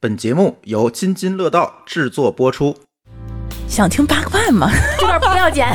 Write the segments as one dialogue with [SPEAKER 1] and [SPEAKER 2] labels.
[SPEAKER 1] 本节目由津津乐道制作播出。
[SPEAKER 2] 想听八卦吗？
[SPEAKER 3] 这段不要 剪，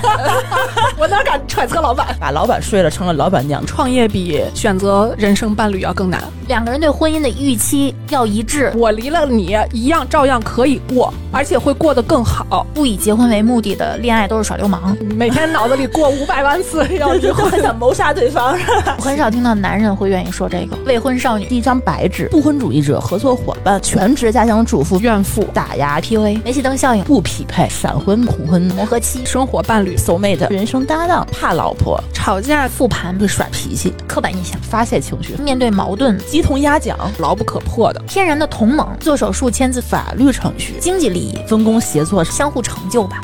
[SPEAKER 4] 我哪敢揣测老板？
[SPEAKER 2] 把老板睡了，成了老板娘。
[SPEAKER 4] 创业比选择人生伴侣要更难。
[SPEAKER 3] 两个人对婚姻的预期要一致，
[SPEAKER 4] 我离了你，一样照样可以过，而且会过得更好。
[SPEAKER 3] 不以结婚为目的的恋爱都是耍流氓。
[SPEAKER 4] 每天脑子里过五百万次要离婚，
[SPEAKER 2] 想谋杀对 方。
[SPEAKER 3] 我很少听到男人会愿意说这个。未婚少女、
[SPEAKER 2] 一张白纸，不婚主义者、合作伙伴、全职家庭主妇、
[SPEAKER 4] 怨妇、
[SPEAKER 2] 打压、
[SPEAKER 3] PUA、煤气灯效应、
[SPEAKER 2] 不匹配、闪婚、恐婚、
[SPEAKER 3] 磨合期、
[SPEAKER 4] 生活伴侣、
[SPEAKER 2] soul mate、人生搭档、怕老婆、
[SPEAKER 4] 吵架、
[SPEAKER 3] 复盘、
[SPEAKER 2] 会耍脾气、
[SPEAKER 3] 刻板印象、
[SPEAKER 2] 发泄情绪、
[SPEAKER 3] 面对矛盾、
[SPEAKER 2] 鸡同鸭讲、
[SPEAKER 4] 牢不可破的
[SPEAKER 3] 天然的同盟、做手术、签字、
[SPEAKER 2] 法律程序、
[SPEAKER 3] 经济利益、
[SPEAKER 2] 分工协作、
[SPEAKER 3] 相互成就吧。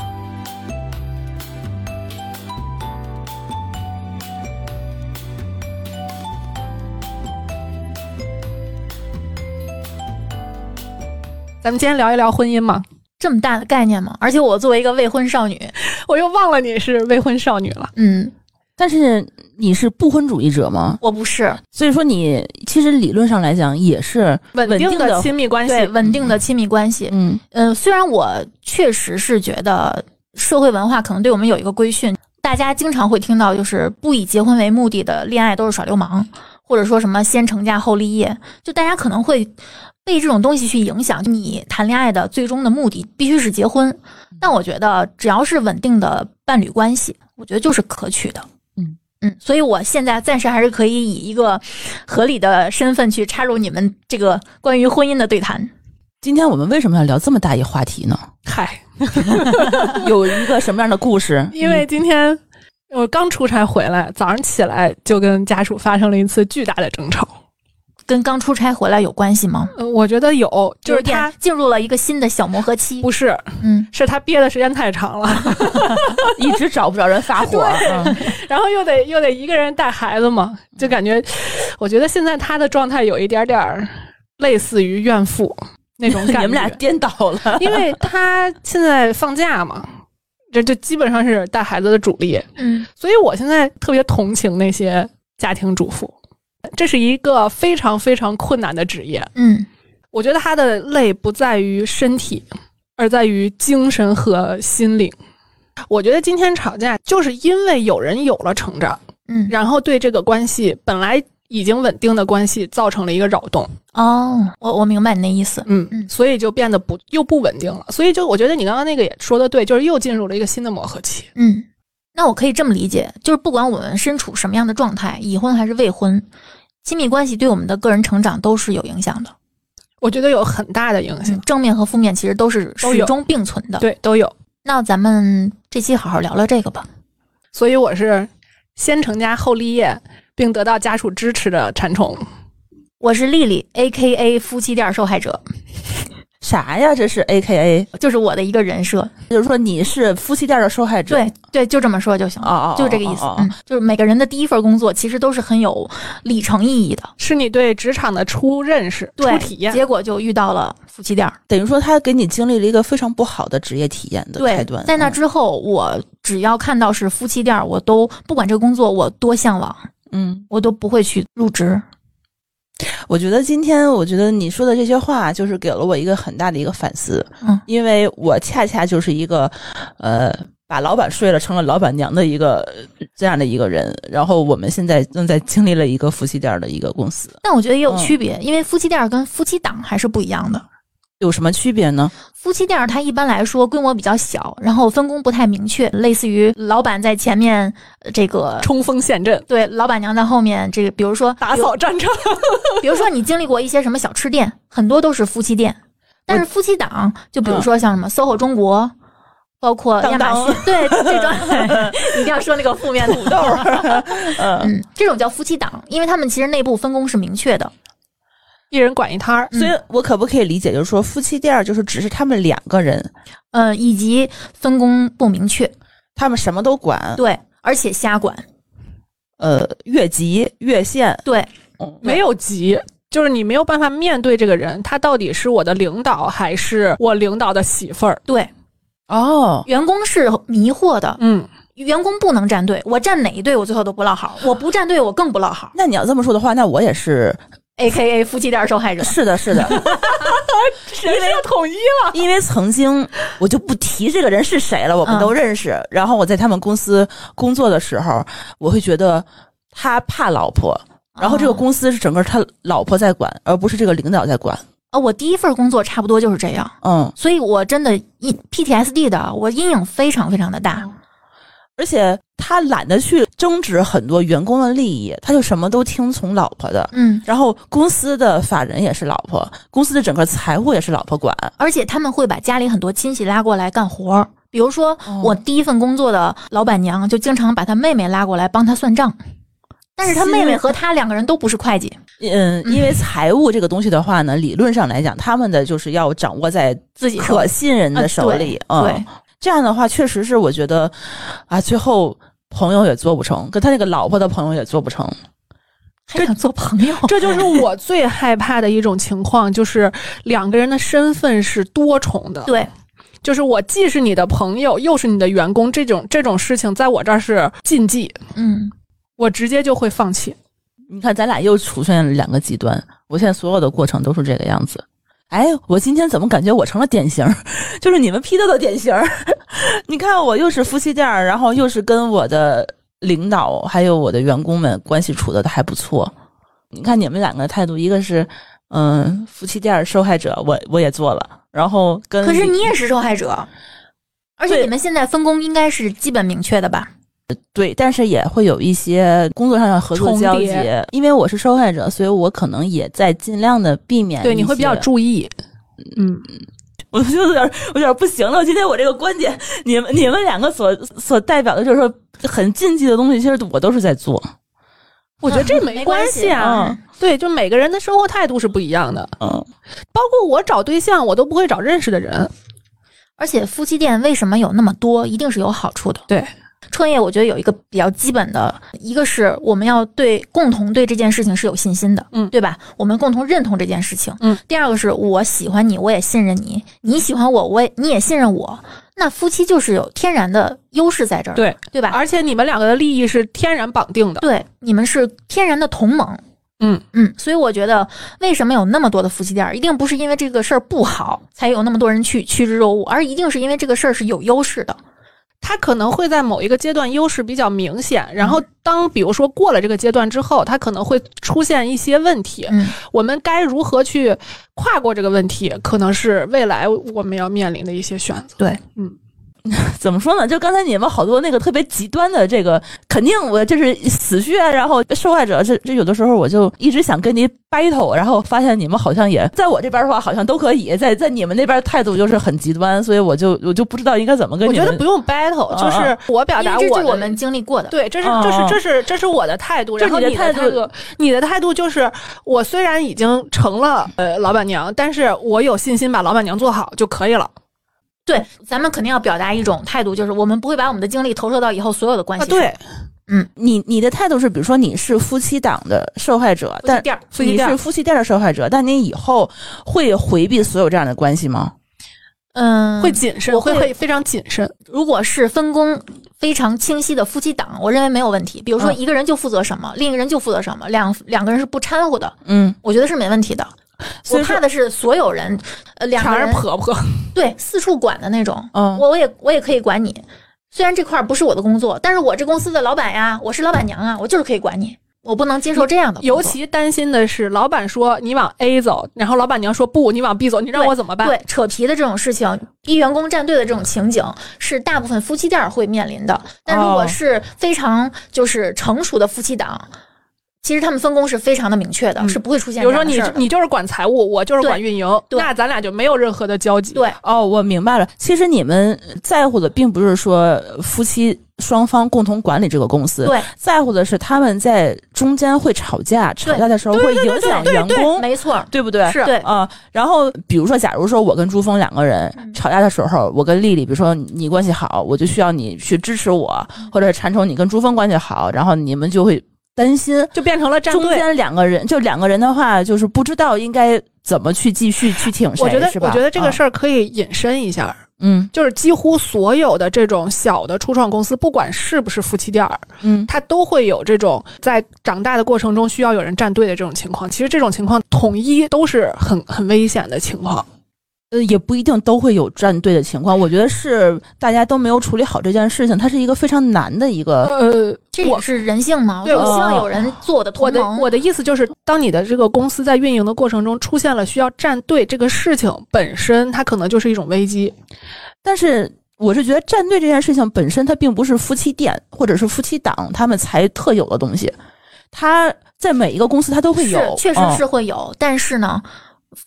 [SPEAKER 4] 咱们今天聊一聊婚姻嘛，
[SPEAKER 3] 这么大的概念嘛，而且我作为一个未婚少女，
[SPEAKER 4] 我又忘了你是未婚少女了。
[SPEAKER 3] 嗯，
[SPEAKER 2] 但是你是不婚主义者吗？
[SPEAKER 3] 我不是，
[SPEAKER 2] 所以说你其实理论上来讲也是
[SPEAKER 4] 稳
[SPEAKER 2] 定
[SPEAKER 4] 的亲密关系，
[SPEAKER 3] 对稳定的亲密关系。
[SPEAKER 2] 嗯
[SPEAKER 3] 嗯，虽然我确实是觉得社会文化可能对我们有一个规训，大家经常会听到就是不以结婚为目的的恋爱都是耍流氓，或者说什么先成家后立业，就大家可能会被这种东西去影响。你谈恋爱的最终的目的必须是结婚，但我觉得只要是稳定的伴侣关系，我觉得就是可取的。
[SPEAKER 2] 嗯
[SPEAKER 3] 嗯，所以我现在暂时还是可以以一个合理的身份去插入你们这个关于婚姻的对谈。
[SPEAKER 2] 今天我们为什么要聊这么大一话 题呢？
[SPEAKER 4] 嗨，
[SPEAKER 2] 有一个什么样的故事？
[SPEAKER 4] 因为今天我刚出差回来，早上起来就跟家属发生了一次巨大的争吵。
[SPEAKER 3] 跟刚出差回来有关系吗？
[SPEAKER 4] 呃我觉得有，就是
[SPEAKER 3] 有点
[SPEAKER 4] 他
[SPEAKER 3] 进入了一个新的小磨合期。
[SPEAKER 4] 不是，
[SPEAKER 3] 嗯，
[SPEAKER 4] 是他憋的时间太长了，
[SPEAKER 2] 一直找不着人 发火，嗯
[SPEAKER 4] 然后又得又得一个人带孩子嘛，就感觉，我觉得现在他的状态有一点点儿类似于怨妇那种
[SPEAKER 2] 你
[SPEAKER 4] 感觉。
[SPEAKER 2] 们俩颠倒了。
[SPEAKER 4] 因为他现在放假嘛，这这基本上是带孩子的主力，
[SPEAKER 3] 嗯，
[SPEAKER 4] 所以我现在特别同情那些家庭主妇，这是一个非常非常困难的职业。
[SPEAKER 3] 嗯，
[SPEAKER 4] 我觉得他的累不在于身体，而在于精神和心灵。我觉得今天吵架，就是因为有人有了成长，
[SPEAKER 3] 嗯，
[SPEAKER 4] 然后对这个关系本来已经稳定的关系造成了一个扰动，
[SPEAKER 3] 哦，我我明白你那意思。
[SPEAKER 4] 嗯
[SPEAKER 3] 嗯
[SPEAKER 4] 所以就变得不又不稳定了。所以就我觉得你刚刚那个也说的对，就是又进入了一个新的磨合期。
[SPEAKER 3] 嗯，那我可以这么理解，就是不管我们身处什么样的状态，已婚还是未婚，亲密关系对我们的个人成长都是有影响的，
[SPEAKER 4] 我觉得有很大的影响，
[SPEAKER 3] 嗯、正面和负面其实都是
[SPEAKER 4] 都
[SPEAKER 3] 始
[SPEAKER 4] 有
[SPEAKER 3] 终并存的。，
[SPEAKER 4] 对，都有。
[SPEAKER 3] 那咱们这期好好聊聊这个吧。
[SPEAKER 4] 所以我是先成家后立业，并得到家属支持的馋虫。
[SPEAKER 3] 我是丽丽，A K A 夫妻店受害者，
[SPEAKER 2] 啥呀？这是 A K A，
[SPEAKER 3] 就是我的一个人设。
[SPEAKER 2] 就是说你是夫妻店的受害者。
[SPEAKER 3] 对对，就这么说就行了，
[SPEAKER 2] 哦哦哦
[SPEAKER 3] 就这个意思。
[SPEAKER 2] 哦哦
[SPEAKER 3] 嗯，就是每个人的第一份工作其实都是很有里程意义的，
[SPEAKER 4] 是你对职场的初认识、初
[SPEAKER 3] 对，
[SPEAKER 4] 体验。
[SPEAKER 3] 结果就遇到了夫妻店儿。
[SPEAKER 2] 等于说他给你经历了一个非常不好的职业体验的
[SPEAKER 3] 对
[SPEAKER 2] 开端。，
[SPEAKER 3] 在那
[SPEAKER 2] 嗯
[SPEAKER 3] 之后，我只要看到是夫妻店儿，我都不管这个工作我多向往，
[SPEAKER 2] 嗯，
[SPEAKER 3] 我都不会去入职。
[SPEAKER 2] 我觉得今天，我觉得你说的这些话，就是给了我一个很大的一个反思。
[SPEAKER 3] 嗯
[SPEAKER 2] 因为我恰恰就是一个，呃，把老板睡了成了老板娘的一个呃这样的一个人。然后我们现在正在经历了一个夫妻店的一个公司，
[SPEAKER 3] 但我觉得也有
[SPEAKER 2] 嗯
[SPEAKER 3] 区别，因为夫妻店儿跟夫妻档还是不一样的。
[SPEAKER 2] 有什么区别呢？
[SPEAKER 3] 夫妻店儿它一般来说规模比较小，然后分工不太明确，类似于老板在前面，呃这个
[SPEAKER 4] 冲锋陷阵，
[SPEAKER 3] 对老板娘在后面，这个比如说
[SPEAKER 4] 打扫战场。
[SPEAKER 3] 比如说你经历过一些什么小吃店，很多都是夫妻店，但是夫妻档，就比如说像什么 SOHO 中国，包括亚马
[SPEAKER 2] 嗯
[SPEAKER 3] 逊，
[SPEAKER 2] 当
[SPEAKER 3] 对这种 一定要说那个负面的土豆，
[SPEAKER 2] 嗯，
[SPEAKER 3] 嗯，这种叫夫妻档，因为他们其实内部分工是明确的，
[SPEAKER 4] 一人管一摊儿，
[SPEAKER 3] 嗯
[SPEAKER 2] 所以我可不可以理解，就是说夫妻店就是只是他们两个人，
[SPEAKER 3] 呃，以及分工不明确，
[SPEAKER 2] 他们什么都管，
[SPEAKER 3] 对，而且瞎管，
[SPEAKER 2] 呃，越级越线，
[SPEAKER 3] 对，
[SPEAKER 2] 嗯
[SPEAKER 4] 没有急。就是你没有办法面对这个人，他到底是我的领导还是我领导的媳妇儿？
[SPEAKER 3] 对，
[SPEAKER 2] 哦，
[SPEAKER 3] 员工是迷惑的，
[SPEAKER 4] 嗯，
[SPEAKER 3] 员工不能站队，我站哪一队我最后都不落好，我不站队我更不落好，
[SPEAKER 2] 那你要这么说的话，那我也是
[SPEAKER 3] A K A 夫妻店受害者。
[SPEAKER 2] 是的，是的，
[SPEAKER 4] 人设统一了。
[SPEAKER 2] 因为曾经我就不提这个人是谁了，我们都认识。然后我在他们公司工作的时候，我会觉得他怕老婆，然后这个公司是整个他老婆在管，而不是这个领导在管。
[SPEAKER 3] 啊，我第一份工作差不多就是这样，
[SPEAKER 2] 嗯，
[SPEAKER 3] 所以我真的一 PTSD 的，我阴影非常非常的大。
[SPEAKER 2] 而且他懒得去争执很多员工的利益，他就什么都听从老婆的。
[SPEAKER 3] 嗯，
[SPEAKER 2] 然后公司的法人也是老婆，公司的整个财务也是老婆管。
[SPEAKER 3] 而且他们会把家里很多亲戚拉过来干活儿，比如说
[SPEAKER 2] 哦
[SPEAKER 3] 我第一份工作的老板娘就经常把她妹妹拉过来帮她算账，但是她妹妹和她两个人都不是会计，
[SPEAKER 2] 嗯，因为财务这个东西的话呢，理论上来讲，他们的就是要掌握在
[SPEAKER 3] 自己
[SPEAKER 2] 可信任的手里。
[SPEAKER 3] 啊对
[SPEAKER 2] 嗯，这样的话，确实是我觉得啊，最后朋友也做不成，跟他那个老婆的朋友也做不成。
[SPEAKER 3] 还想做朋友，
[SPEAKER 4] 这就是
[SPEAKER 3] 哦
[SPEAKER 4] 我最害怕的一种情况，就是两个人的身份是多重的，
[SPEAKER 3] 对
[SPEAKER 4] 就是我既是你的朋友，又是你的员工，这种这种事情在我这儿是禁忌，
[SPEAKER 3] 嗯，
[SPEAKER 4] 我直接就会放弃。
[SPEAKER 2] 你看，咱俩又出现了两个极端。我现在所有的过程都是这个样子。哎，我今天怎么感觉我成了典型儿， 就是你们批斗的典型儿？ 你看，我又是夫妻店儿，然后又是跟我的领导还有我的员工们关系处的还不错。你看你们两个态度，一个是嗯夫妻店儿受害者，我我也做了，然后跟
[SPEAKER 3] 可是你也是受害者，而且
[SPEAKER 2] 嗯对
[SPEAKER 3] 你们现在分工应该是基本明确的吧？
[SPEAKER 2] 对，但是也会有一些工作上的合作
[SPEAKER 4] 重
[SPEAKER 2] 交
[SPEAKER 4] 叠
[SPEAKER 2] 集，因为我是受害者，所以我可能也在尽量的避
[SPEAKER 3] 哎
[SPEAKER 2] 免
[SPEAKER 4] 对，
[SPEAKER 2] 一
[SPEAKER 4] 你会比较
[SPEAKER 2] 些
[SPEAKER 4] 注意。 嗯，
[SPEAKER 2] 我就有点，我有点不行了。今天我这个观点，你们你们两个所所代表的，就是说很禁忌的东西，其实我都是在做。
[SPEAKER 4] 我觉得这
[SPEAKER 3] 没
[SPEAKER 4] 没
[SPEAKER 3] 关
[SPEAKER 4] 关
[SPEAKER 3] 系嗯
[SPEAKER 4] 系啊。对，就每个人的生活态度是不一样的，
[SPEAKER 2] 嗯，
[SPEAKER 4] 包括我找对象，我都不会找认识的人。
[SPEAKER 3] 而且夫妻店为什么有那么多，一定是有好处的。
[SPEAKER 4] 对，
[SPEAKER 3] 创业我觉得有一个比较基本的，一个是我们要对共同对这件事情是有信心的，
[SPEAKER 4] 嗯
[SPEAKER 3] 对吧？我们共同认同这件事情，
[SPEAKER 4] 嗯。
[SPEAKER 3] 第二个是我喜欢你，我也信任你，你喜欢我，我也你也信任我，那夫妻就是有天然的优势在这儿，
[SPEAKER 4] 对，
[SPEAKER 3] 对吧？
[SPEAKER 4] 而且你们两个的利益是天然绑定的。
[SPEAKER 3] 对，你们是天然的同盟。
[SPEAKER 4] 嗯
[SPEAKER 3] 嗯，所以我觉得，为什么有那么多的夫妻店儿，一定不是因为这个事儿不好才有那么多人去趋之若鹜，而一定是因为这个事儿是有优势的。
[SPEAKER 4] 他可能会在某一个阶段优势比较明显，
[SPEAKER 3] 嗯
[SPEAKER 4] 然后当比如说过了这个阶段之后，他可能会出现一些问题。
[SPEAKER 3] 嗯，
[SPEAKER 4] 我们该如何去跨过这个问题，可能是未来我们要面临的一些选择。
[SPEAKER 3] 对，
[SPEAKER 2] 怎么说呢？就刚才你们好多那个特别极端的这个，肯定我就是死穴，啊然后受害者这这有的时候我就一直想跟你 battle，然后发现你们好像也在我这边的话好像都可以，在在你们那边态度就是很极端，所以我就我就不知道应该怎么跟
[SPEAKER 4] 我
[SPEAKER 2] 你
[SPEAKER 4] 觉
[SPEAKER 2] 们。
[SPEAKER 4] 得不用 battle，
[SPEAKER 2] 啊
[SPEAKER 4] 就是我表
[SPEAKER 3] 因
[SPEAKER 4] 达
[SPEAKER 3] 为这
[SPEAKER 4] 我
[SPEAKER 3] 就是
[SPEAKER 4] 的
[SPEAKER 3] 我们经历过的。
[SPEAKER 4] 对，这是
[SPEAKER 2] 嗯
[SPEAKER 4] 这是
[SPEAKER 2] 嗯
[SPEAKER 4] 这是这是我的态度，
[SPEAKER 2] 就
[SPEAKER 4] 然后
[SPEAKER 2] 你的
[SPEAKER 4] 你
[SPEAKER 2] 态
[SPEAKER 4] 的态
[SPEAKER 2] 度
[SPEAKER 4] 度，你的态度就是，我虽然已经成了呃老板娘，但是我有信心把老板娘做好就可以了。
[SPEAKER 3] 对，咱们肯定要表达一种态度，就是我们不会把我们的精力投射到以后所有的关
[SPEAKER 4] 啊，
[SPEAKER 3] 系上。
[SPEAKER 4] 对，
[SPEAKER 3] 嗯
[SPEAKER 2] 你你的态度是，比如说你是夫妻档的受害者，
[SPEAKER 3] 夫妻
[SPEAKER 2] 但
[SPEAKER 3] 店儿
[SPEAKER 4] 妻
[SPEAKER 2] 你
[SPEAKER 4] 店
[SPEAKER 2] 是夫妻店的受害者，但你以后会回避所有这样的关系吗？
[SPEAKER 3] 嗯，
[SPEAKER 4] 会谨慎，
[SPEAKER 3] 我
[SPEAKER 4] 会
[SPEAKER 3] 会
[SPEAKER 4] 会非常谨慎。
[SPEAKER 3] 如果是分工非常清晰的夫妻档，我认为没有问题。比如说
[SPEAKER 2] 嗯
[SPEAKER 3] 一个人就负责什么，另一个人就负责什么，两两个人是不掺和的，
[SPEAKER 2] 嗯，
[SPEAKER 3] 我觉得是没问题的。
[SPEAKER 2] 所
[SPEAKER 3] 我
[SPEAKER 2] 以说
[SPEAKER 3] 怕的是所有人，呃，两
[SPEAKER 4] 全
[SPEAKER 3] 个
[SPEAKER 4] 是
[SPEAKER 3] 人嗯
[SPEAKER 4] 婆婆，
[SPEAKER 3] 对四处管的那种。
[SPEAKER 2] 嗯
[SPEAKER 3] 我我也我也可以管你，虽然这块儿不是我的工作，但是我这公司的老板呀，我是老板娘啊，我就是可以管你，我不能接受这样的工作。
[SPEAKER 4] 尤其担心的是，老板说你往 A 走，然后老板娘说不，你往 B 走，你让
[SPEAKER 3] 对
[SPEAKER 4] 我怎么办？
[SPEAKER 3] 对扯皮的这种事情，逼员工站队的这种情景，是大部分夫妻店儿会面临的。但如果
[SPEAKER 2] 哦
[SPEAKER 3] 是非常就是成熟的夫妻档，其实他们分工是非常的明确的，
[SPEAKER 4] 嗯
[SPEAKER 3] 是不会出现
[SPEAKER 4] 比如
[SPEAKER 3] 这
[SPEAKER 4] 说
[SPEAKER 3] 样的
[SPEAKER 4] 你
[SPEAKER 3] 事儿的。
[SPEAKER 4] 你就是管财务，我就是
[SPEAKER 3] 对
[SPEAKER 4] 管运营，
[SPEAKER 3] 对
[SPEAKER 4] 那咱俩就没有任何的交集。
[SPEAKER 3] 对，
[SPEAKER 2] 哦，我明白了。其实你们在乎的并不是说夫妻双方共同管理这个公司，
[SPEAKER 3] 对，
[SPEAKER 2] 在乎的是他们在中间会吵架，吵架的时候会影响员工，
[SPEAKER 3] 没错儿，
[SPEAKER 2] 对不对？
[SPEAKER 3] 是对
[SPEAKER 2] 啊、然后比如说，假如说我跟朱峰两个人吵架的时候，我跟丽丽，比如说你关系好，我就需要你去支持我，或者馋虫你跟朱峰关系好，然后你们就会担心
[SPEAKER 4] 就变成了站
[SPEAKER 2] 中
[SPEAKER 4] 队。
[SPEAKER 2] 间两个人，就两个人的话，就是不知道应该怎么去继续去挺谁，
[SPEAKER 4] 我觉得
[SPEAKER 2] 是，吧嗯
[SPEAKER 4] 我觉得这个事
[SPEAKER 2] 儿、
[SPEAKER 4] 儿可以引申一下。
[SPEAKER 2] 嗯
[SPEAKER 4] 就是几乎所有的这种小的初创公司，不管是不是夫妻店儿，
[SPEAKER 2] 嗯，
[SPEAKER 4] 它都会有这种在长大的过程中需要有人站队的这种情况。其实这种情况统一都是很很危险的情况。
[SPEAKER 2] 呃，也不一定都会有站队的情况。我觉得是大家都没有处理好这件事情，它是一个非常难的一个。
[SPEAKER 4] 呃，
[SPEAKER 3] 这
[SPEAKER 4] 我
[SPEAKER 3] 也是人性嘛。
[SPEAKER 4] 对哦
[SPEAKER 3] 我
[SPEAKER 2] 我
[SPEAKER 3] 希望有人做我的
[SPEAKER 4] 我
[SPEAKER 3] 同
[SPEAKER 4] 的
[SPEAKER 3] 盟。
[SPEAKER 4] 我的意思就是，当你的这个公司在运营的过程中出现了需要站队这个事情本身，它可能就是一种危机。
[SPEAKER 2] 但是我是觉得站队这件事情本身，它并不是夫妻店或者是夫妻档他们才特有的东西，它在每一个公司它都会有
[SPEAKER 3] 是，，确实
[SPEAKER 2] 嗯
[SPEAKER 3] 是会有，但是呢，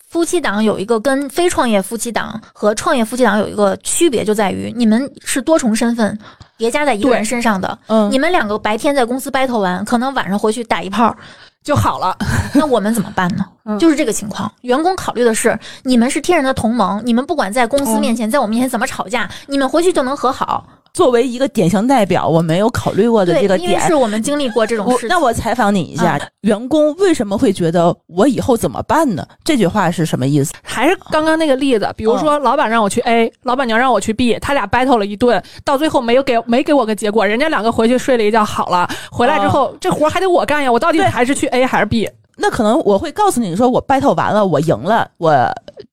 [SPEAKER 3] 夫妻档有一个跟非创业夫妻档和创业夫妻档有一个区别，就在于你们是多重身份叠加在一个
[SPEAKER 4] 对
[SPEAKER 3] 人身上的。
[SPEAKER 2] 嗯，
[SPEAKER 3] 你们两个白天在公司 battle 完，可能晚上回去打 一炮，
[SPEAKER 4] 就好了，
[SPEAKER 3] 那我们怎么办呢？
[SPEAKER 4] 嗯
[SPEAKER 3] 就是这个情况。员工考虑的是，你们是天然的同盟，你们不管在公司
[SPEAKER 4] 嗯
[SPEAKER 3] 面前，在我面前怎么吵架，你们回去就能和好。
[SPEAKER 2] 作为一个典型代表，我没有考虑过的
[SPEAKER 3] 对
[SPEAKER 2] 这个，
[SPEAKER 3] 因为
[SPEAKER 2] 点。
[SPEAKER 3] 是我们经历过这种
[SPEAKER 2] 我
[SPEAKER 3] 事情。嗯
[SPEAKER 2] 那我采访你一下，员工为什么会觉得我以后怎么办呢？这句话是什么意思？
[SPEAKER 4] 还是刚刚那个例子，比
[SPEAKER 2] 嗯
[SPEAKER 4] 如说老板让我去 A，、老板娘让我去 B，他俩 battle 了一顿，到最后没有给没给我个结果，人家两个回去睡了一觉好了，回来之后、这活还得我干呀，我到底
[SPEAKER 2] 嗯对嗯
[SPEAKER 4] 还是去 A 还是 B？
[SPEAKER 2] 那可能我会告诉你说，我 battle 完了，我赢了，我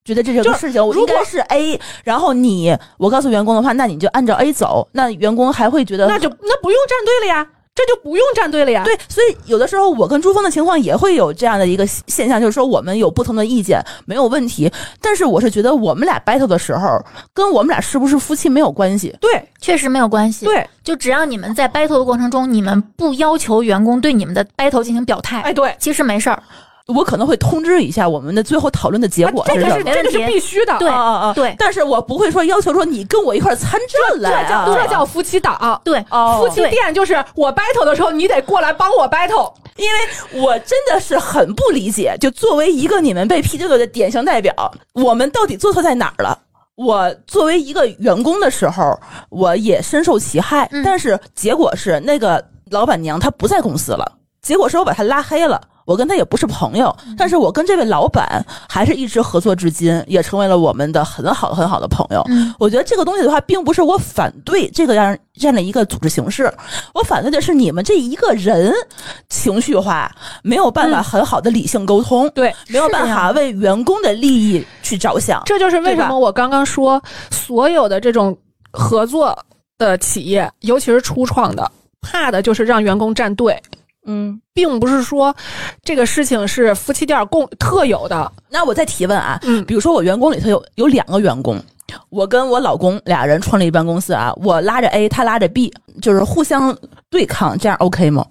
[SPEAKER 2] 觉得这
[SPEAKER 4] 就
[SPEAKER 2] 件
[SPEAKER 4] 是
[SPEAKER 2] 事情我
[SPEAKER 4] 如
[SPEAKER 2] 应
[SPEAKER 4] 果
[SPEAKER 2] 该是 A。然后你，我告诉员工的话，那你就按照 A 走，那员工还会觉得
[SPEAKER 4] 那就那不用站队了呀，这就不用站队了呀。
[SPEAKER 2] 对，所以有的时候我跟朱峰的情况也会有这样的一个现现象，就是说我们有不同的意见没有问题，但是我是觉得我们俩 battle 的时候，跟我们俩是不是夫妻没有关系。
[SPEAKER 4] 对
[SPEAKER 3] 确实没有关系。，
[SPEAKER 4] 对，
[SPEAKER 3] 就只要你们在 battle 的过程中，你们不要求员工对你们的 battle 进行表态，
[SPEAKER 4] 哎对，
[SPEAKER 3] 其实没事儿。
[SPEAKER 2] 我可能会通知一下我们的最后讨论的结果
[SPEAKER 4] 啊
[SPEAKER 2] 是
[SPEAKER 4] 这个
[SPEAKER 2] 什么。
[SPEAKER 4] 是
[SPEAKER 3] 没
[SPEAKER 4] 这
[SPEAKER 3] 问
[SPEAKER 4] 个
[SPEAKER 3] 题
[SPEAKER 4] 是必须的，
[SPEAKER 3] 对
[SPEAKER 2] 啊啊啊！
[SPEAKER 3] 对
[SPEAKER 2] 但是我不会说要求说你跟我一块儿参战来
[SPEAKER 4] 这
[SPEAKER 2] 啊，
[SPEAKER 4] 叫这叫夫妻档。啊
[SPEAKER 3] 对，
[SPEAKER 2] 哦，
[SPEAKER 4] 夫妻
[SPEAKER 3] 对
[SPEAKER 4] 店就是我 battle 的时候，你得过来帮我 battle。
[SPEAKER 2] 因为我真的是很不理解，就作为一个你们被批斗的典型代表，我们到底做错在哪儿了？我作为一个员工的时候，我也深受其害，
[SPEAKER 3] 嗯
[SPEAKER 2] 但是结果是那个老板娘她不在公司了，结果是我把她拉黑了。我跟她也不是朋友，但是我跟这位老板还是一直合作至今，也成为了我们的很好很好的朋友。
[SPEAKER 3] 嗯，
[SPEAKER 2] 我觉得这个东西的话，并不是我反对这个样这样的一个组织形式，我反对的是你们这一个人情绪化，没有办法很好的理性沟通，
[SPEAKER 4] 对，
[SPEAKER 2] 没有办法为员工的利益去着想。
[SPEAKER 4] 这就是为
[SPEAKER 2] 对吧
[SPEAKER 4] 什么我刚刚说，所有的这种合作的企业，尤其是初创的，怕的就是让员工站队，
[SPEAKER 2] 嗯，
[SPEAKER 4] 并不是说这个事情是夫妻店共特有的。
[SPEAKER 2] 那我再提问啊，
[SPEAKER 4] 嗯，
[SPEAKER 2] 比如说我员工里头有有两个员工，我跟我老公俩人创立一办公司啊，我拉着 A，他拉着 B，就是互相对抗，这样 OK 吗？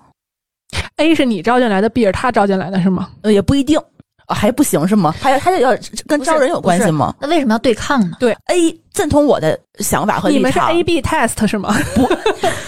[SPEAKER 4] A 是你招进来的，B 是他招进来的，是 吗？
[SPEAKER 2] 呃也不一定。啊还不行是吗？还还得要跟
[SPEAKER 3] 不是
[SPEAKER 2] 招人有关系吗
[SPEAKER 3] 那为什么要对抗呢？
[SPEAKER 2] ？A 赞同我的想法和立
[SPEAKER 4] 你
[SPEAKER 2] 场，
[SPEAKER 4] 们是 A/B test 是吗？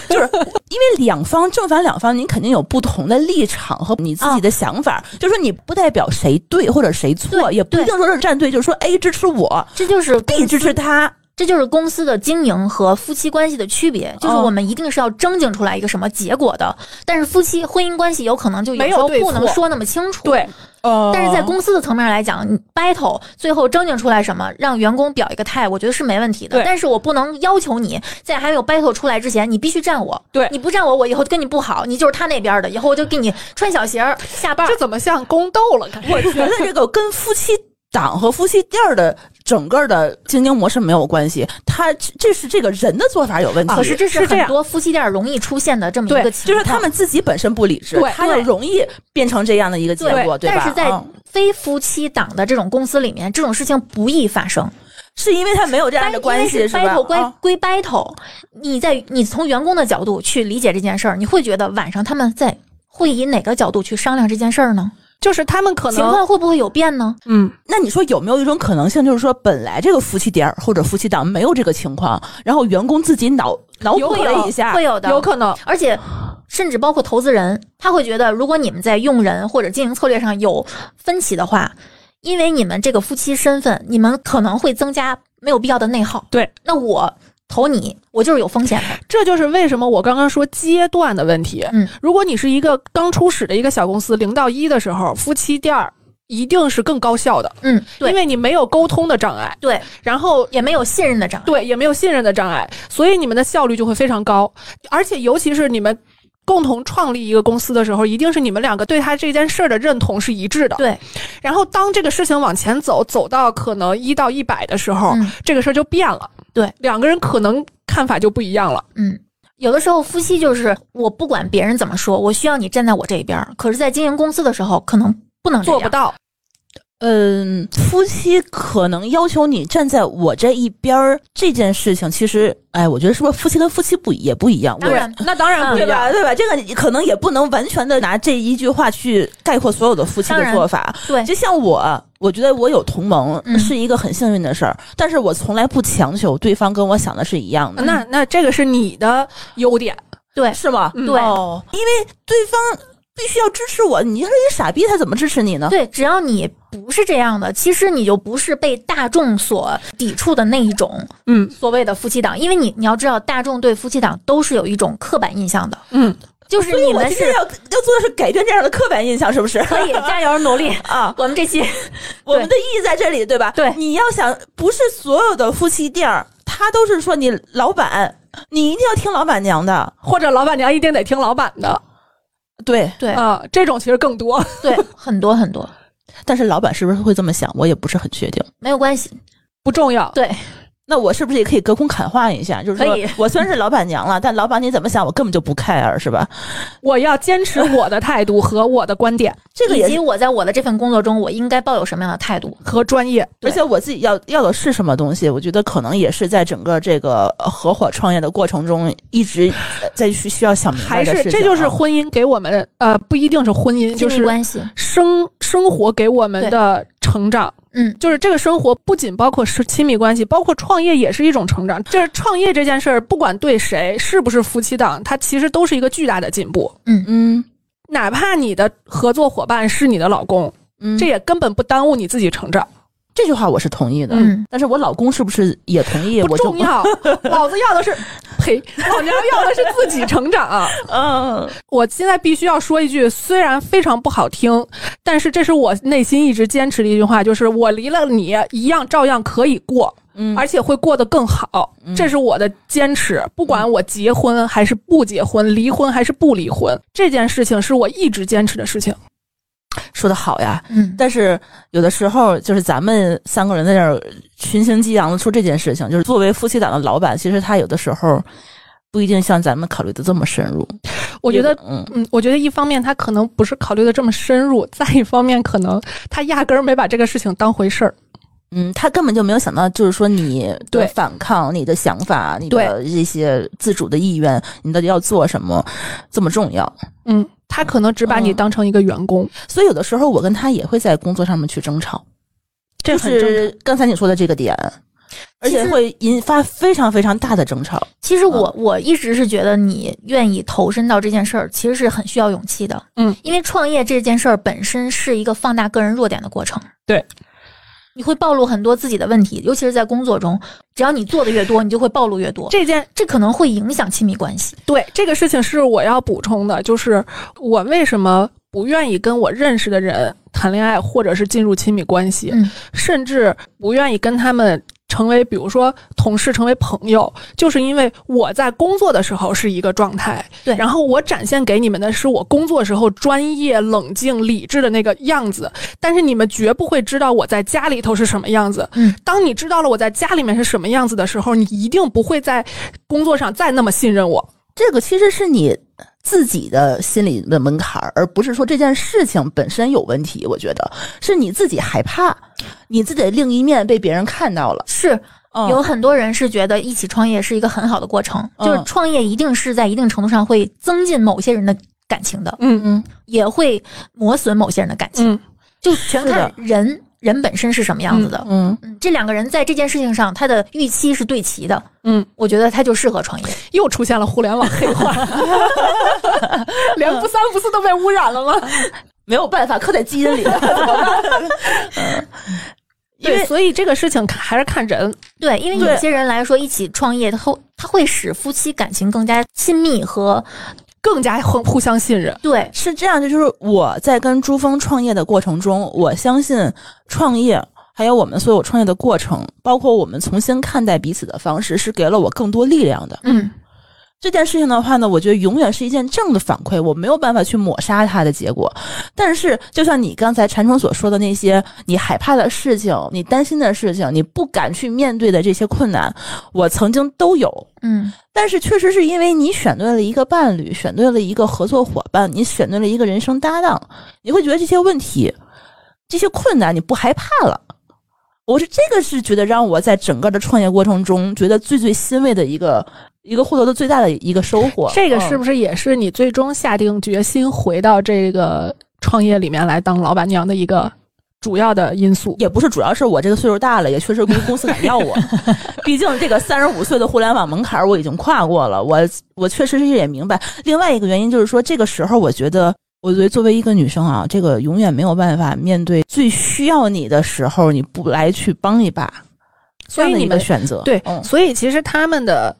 [SPEAKER 2] 就是因为两方正反两方，你肯定有不同的立场和你自己的想法，就是说你不代表谁对或者谁错，
[SPEAKER 3] 对
[SPEAKER 2] 也不一定说是站队，就是说 A 支持我
[SPEAKER 3] 这就是公
[SPEAKER 2] ，B 支持他。
[SPEAKER 3] 这就是公司的经营和夫妻关系的区别，就是
[SPEAKER 4] 哦
[SPEAKER 3] 我们一定是要征竞出来一个什么结果的。但是夫妻婚姻关系有可能就有时候
[SPEAKER 4] 没有对错
[SPEAKER 3] 不能说那么清楚。
[SPEAKER 4] 对，
[SPEAKER 2] 哦
[SPEAKER 3] 但是在公司的层面来讲你，battle 最后征竞出来什么，让员工表一个态，我觉得是没问题的
[SPEAKER 4] 对。
[SPEAKER 3] 但是我不能要求你在还没有 battle 出来之前，你必须站我。
[SPEAKER 4] 对
[SPEAKER 3] 你不站我，我以后跟你不好，你就是他那边的，以后我就给你穿小鞋儿下绊儿
[SPEAKER 4] 这。怎么像宫斗了？感觉
[SPEAKER 2] 我觉得这个跟夫妻档和夫妻店儿的整个的经营模式没有关系，他这是这个人的做法有问题。
[SPEAKER 3] 啊可是这
[SPEAKER 4] 是这
[SPEAKER 3] 很
[SPEAKER 4] 样
[SPEAKER 3] 多夫妻店容易出现的这么一
[SPEAKER 4] 对
[SPEAKER 3] 个情况，
[SPEAKER 2] 就是他们自己本身不理智
[SPEAKER 4] 对，
[SPEAKER 2] 他也容易变成这样的一个结果，对吧？
[SPEAKER 3] 但是在
[SPEAKER 2] 嗯
[SPEAKER 3] 非夫妻档的这种公司里面，这种事情不易发生。
[SPEAKER 2] 是因为他没有这样的关
[SPEAKER 3] 因
[SPEAKER 2] 系，
[SPEAKER 3] 为
[SPEAKER 2] 是
[SPEAKER 3] 是
[SPEAKER 2] 吧？
[SPEAKER 3] battle 归、
[SPEAKER 2] 嗯
[SPEAKER 3] 归 battle，你在你从员工的角度去理解这件事儿，你会觉得晚上他们在会以哪个角度去商量这件事儿呢？
[SPEAKER 4] 就是他们可
[SPEAKER 3] 情
[SPEAKER 4] 能，
[SPEAKER 3] 况会不会有变呢？
[SPEAKER 4] 嗯，
[SPEAKER 2] 那你说有没有一种可能性，就是说本来这个夫妻点儿或者夫妻档没有这个情况，然后员工自己脑脑补
[SPEAKER 4] 有可
[SPEAKER 2] 了
[SPEAKER 4] 能
[SPEAKER 2] 一下，
[SPEAKER 3] 会有的，
[SPEAKER 4] 有可能。
[SPEAKER 3] 而且甚至包括投资人，他会觉得，如果你们在用人或者经营策略上有分歧的话，因为你们这个夫妻身份，你们可能会增加没有必要的内耗。
[SPEAKER 4] 对，
[SPEAKER 3] 那我投你，我就是有风险的。
[SPEAKER 4] 这就是为什么我刚刚说阶段的问题。
[SPEAKER 3] 嗯，
[SPEAKER 4] 如果你是一个刚初始的一个小公司，零到一的时候，夫妻店儿。一定是更高效的，
[SPEAKER 3] 嗯，
[SPEAKER 4] 因
[SPEAKER 3] 对
[SPEAKER 4] 为你没有沟通的障碍，
[SPEAKER 3] 对，
[SPEAKER 4] 然后
[SPEAKER 3] 也没有信任的障碍。
[SPEAKER 4] 对，也没有信任的障碍，所以你们的效率就会非常高。而且尤其是你们共同创立一个公司的时候，一定是你们两个对他这件事儿的认同是一致的。
[SPEAKER 3] 对，
[SPEAKER 4] 然后当这个事情往前走，走到可能一到一百的时候，
[SPEAKER 3] 嗯
[SPEAKER 4] 这个事儿就变了。
[SPEAKER 3] 对，
[SPEAKER 4] 两个人可能看法就不一样了。
[SPEAKER 3] 嗯，有的时候夫妻就是我不管别人怎么说，我需要你站在我这一边儿。可是，在经营公司的时候，可能不能这
[SPEAKER 4] 做
[SPEAKER 3] 样
[SPEAKER 4] 不。到，
[SPEAKER 2] 嗯，夫妻可能要求你站在我这一边儿这件事情，其实，哎，我觉得是不是夫妻跟夫妻不一也不一样？我
[SPEAKER 3] 当然，
[SPEAKER 4] 那当然不
[SPEAKER 2] 对
[SPEAKER 4] 一样。
[SPEAKER 2] 吧？对吧？这个你可能也不能完全的拿这一句话去概括所有的夫妻
[SPEAKER 3] 当
[SPEAKER 2] 的
[SPEAKER 3] 然
[SPEAKER 2] 做法。
[SPEAKER 3] 对，
[SPEAKER 2] 就像我，我觉得我有同盟、
[SPEAKER 3] 嗯
[SPEAKER 2] 是一个很幸运的事儿，但是我从来不强求对方跟我想的是一样的，
[SPEAKER 4] 那那这个是你的优点，
[SPEAKER 3] 对，
[SPEAKER 2] 是吗？
[SPEAKER 4] 嗯
[SPEAKER 3] 对
[SPEAKER 2] 哦因为对方必须要支持我，你这是一傻逼，他怎么支持你呢？
[SPEAKER 3] 对，只要你不是这样的，其实你就不是被大众所抵触的那一种
[SPEAKER 4] 嗯
[SPEAKER 3] 所谓的夫妻档，因为你你要知道，大众对夫妻档都是有一种刻板印象的，
[SPEAKER 4] 嗯，
[SPEAKER 3] 就是
[SPEAKER 2] 所以
[SPEAKER 3] 你
[SPEAKER 2] 我
[SPEAKER 3] 们
[SPEAKER 2] 今天
[SPEAKER 3] 是
[SPEAKER 2] 要要做的是改变这样的刻板印象，是 不是？
[SPEAKER 3] 可以加油努力。
[SPEAKER 2] 啊，
[SPEAKER 3] 我们这期
[SPEAKER 2] 我们的意义在这里，对吧？
[SPEAKER 3] 对
[SPEAKER 2] 你要想，不是所有的夫妻店儿，他都是说你老板，你一定要听老板娘的，
[SPEAKER 4] 或者老板娘一定得听老板的
[SPEAKER 2] 对。
[SPEAKER 3] 对
[SPEAKER 4] 啊、这种其实更多。
[SPEAKER 3] 对很多很多
[SPEAKER 2] 但是老板是不是会这么想？我也不是很确定。
[SPEAKER 3] 没有关系，
[SPEAKER 4] 不重要，
[SPEAKER 3] 对
[SPEAKER 2] 那我是不是也可以隔空喊话一下？就是
[SPEAKER 3] 可以
[SPEAKER 2] 说我虽然是老板娘了，但老板你怎么想，我根本就不 care，是吧？
[SPEAKER 4] 我要坚持我的态度和我的观点
[SPEAKER 2] 这个
[SPEAKER 3] 以
[SPEAKER 2] 也
[SPEAKER 3] 及
[SPEAKER 2] 是，
[SPEAKER 3] 我在我的这份工作中，我应该抱有什么样的态度？
[SPEAKER 4] 和专业。
[SPEAKER 2] 而且我自己要要的是什么东西，我觉得可能也是在整个这个呃合伙创业的过程中，一直呃在去需要想明白
[SPEAKER 4] 还
[SPEAKER 2] 的
[SPEAKER 4] 是
[SPEAKER 2] 事情啊、
[SPEAKER 4] 这就是婚姻给我们呃，不一定是婚姻，
[SPEAKER 3] 亲
[SPEAKER 4] 就是
[SPEAKER 3] 密嗯关系，
[SPEAKER 4] 生生活给我们的成长。
[SPEAKER 3] 嗯，
[SPEAKER 4] 就是这个生活不仅包括是亲密关系，包括创业也是一种成长。就是创业这件事儿，不管对谁是不是夫妻档，它其实都是一个巨大的进步。
[SPEAKER 2] 嗯
[SPEAKER 4] 哪怕你的合作伙伴是你的老公，
[SPEAKER 2] 嗯，
[SPEAKER 4] 这也根本不耽误你自己成长，
[SPEAKER 2] 这句话我是同意的。
[SPEAKER 3] 嗯，
[SPEAKER 2] 但是我老公是不是也同意？
[SPEAKER 4] 不
[SPEAKER 2] 我就
[SPEAKER 4] 重。 要。老子要的是，呸，老娘要的是自己成长、啊
[SPEAKER 2] 嗯，
[SPEAKER 4] 我现在必须要说一句，虽然非常不好听，但是这是我内心一直坚持的一句话，就是我离了你一样照样可以过，
[SPEAKER 2] 嗯
[SPEAKER 4] 而且会过得更好，这是我的坚持。不管
[SPEAKER 2] 嗯
[SPEAKER 4] 我结婚还是不结婚，离婚还是不离婚，这件事情是我一直坚持的事情。
[SPEAKER 2] 说的好呀。
[SPEAKER 3] 嗯，
[SPEAKER 2] 但是有的时候，就是咱们三个人在这儿群情激昂的说这件事情，就是作为夫妻档的老板，其实他有的时候不一定像咱们考虑的这么深入。
[SPEAKER 4] 我觉得
[SPEAKER 2] 有的，嗯，
[SPEAKER 4] 嗯，我觉得一方面他可能不是考虑的这么深入，再一方面可能他压根儿没把这个事情当回事儿。
[SPEAKER 2] 嗯，他根本就没有想到，就是说你
[SPEAKER 4] 对
[SPEAKER 2] 的反抗、你的想法、你的这些自主的意愿，你到底要做什么，这么重要。
[SPEAKER 4] 嗯，他可能只把你
[SPEAKER 2] 嗯
[SPEAKER 4] 当成一个员工。
[SPEAKER 2] 所以有的时候，我跟他也会在工作上面去争吵。
[SPEAKER 4] 这
[SPEAKER 2] 就
[SPEAKER 4] 很正
[SPEAKER 2] 是刚才你说的这个点，而
[SPEAKER 3] 其
[SPEAKER 2] 且
[SPEAKER 3] 实
[SPEAKER 2] 会引发非常非常大的争吵。
[SPEAKER 3] 其实
[SPEAKER 4] 啊
[SPEAKER 3] 我我一直是觉得你愿意投身到这件事儿，其实是很需要勇气的。
[SPEAKER 4] 嗯，
[SPEAKER 3] 因为创业这件事儿本身是一个放大个人弱点的过程。
[SPEAKER 4] 对，
[SPEAKER 3] 你会暴露很多自己的问题，尤其是在工作中，只要你做的越多，你就会暴露越多。
[SPEAKER 4] 这件
[SPEAKER 3] 这可能会影响亲密关系。
[SPEAKER 4] 对这个事情是我要补充的，就是我为什么不愿意跟我认识的人谈恋爱，或者是进入亲密关系，
[SPEAKER 3] 嗯
[SPEAKER 4] 甚至不愿意跟他们成为，比如说同事，成为朋友，就是因为我在工作的时候是一个状态，
[SPEAKER 3] 对
[SPEAKER 4] 然后我展现给你们的是我工作时候专业、冷静、理智的那个样子，但是你们绝不会知道我在家里头是什么样子。
[SPEAKER 3] 嗯，
[SPEAKER 4] 当你知道了我在家里面是什么样子的时候，你一定不会在工作上再那么信任我。
[SPEAKER 2] 这个其实是你自己的心理的门槛儿，而不是说这件事情本身有问题。我觉得是你自己害怕，你自己的另一面被别人看到了。
[SPEAKER 3] 是
[SPEAKER 2] 嗯
[SPEAKER 3] 有很多人是觉得一起创业是一个很好的过程，
[SPEAKER 2] 嗯
[SPEAKER 3] 就是创业一定是在一定程度上会增进某些人的感情的，
[SPEAKER 4] 嗯嗯
[SPEAKER 3] 也会磨损某些人的感情，
[SPEAKER 4] 嗯，
[SPEAKER 3] 就全
[SPEAKER 2] 是的
[SPEAKER 3] 看人人本身是什么样子的。
[SPEAKER 2] 嗯，
[SPEAKER 3] 嗯，这两个人在这件事情上，他的预期是对齐的。
[SPEAKER 4] 嗯，
[SPEAKER 3] 我觉得他就适合创业。
[SPEAKER 4] 又出现了互联网黑 化，连不三不四都被污染了吗？
[SPEAKER 2] 没有办法，刻在基因里。因为
[SPEAKER 4] 对，所以这个事情看还是看人。
[SPEAKER 3] 对，因为
[SPEAKER 2] 对
[SPEAKER 3] 有些人来说，一起创业，他会他会使夫妻感情更加亲密和
[SPEAKER 4] 更加互互相信任。
[SPEAKER 3] 对，
[SPEAKER 2] 是这样的，就是我在跟珠峰创业的过程中，我相信创业，还有我们所有创业的过程，包括我们重新看待彼此的方式，是给了我更多力量的。
[SPEAKER 3] 嗯，
[SPEAKER 2] 这件事情的话呢，我觉得永远是一件正的反馈，我没有办法去抹杀它的结果。但是，就像你刚才禅冲所说的那些你害怕的事情、你担心的事情、你不敢去面对的这些困难，我曾经都有。
[SPEAKER 3] 嗯，
[SPEAKER 2] 但是确实是因为你选对了一个伴侣，选对了一个合作伙伴，你选对了一个人生搭档，你会觉得这些问题、这些困难你不害怕了。我是这个是觉得让我在整个的创业过程中觉得最最欣慰的一个一个获得的最大的一个收获。嗯
[SPEAKER 4] 这个是不
[SPEAKER 2] 是、
[SPEAKER 4] 是也是你最终下定决心回到这个创业里面来当老板娘的一个主要的因素？
[SPEAKER 2] 也不是主要是我这个岁数大了，也确实公公司敢要 我。毕竟这个三十五岁的互联网门槛儿我已经跨过了，我我确实是也明白。另外一个原因就是说，这个时候我觉得，我觉得作为一个女生啊，这个永远没有办法面对最需要你的时候，你不来去帮一把，
[SPEAKER 4] 所以
[SPEAKER 2] 这样的
[SPEAKER 4] 你
[SPEAKER 2] 一个
[SPEAKER 4] 们
[SPEAKER 2] 选择
[SPEAKER 4] 对，
[SPEAKER 2] 嗯
[SPEAKER 4] 所以其实他们的，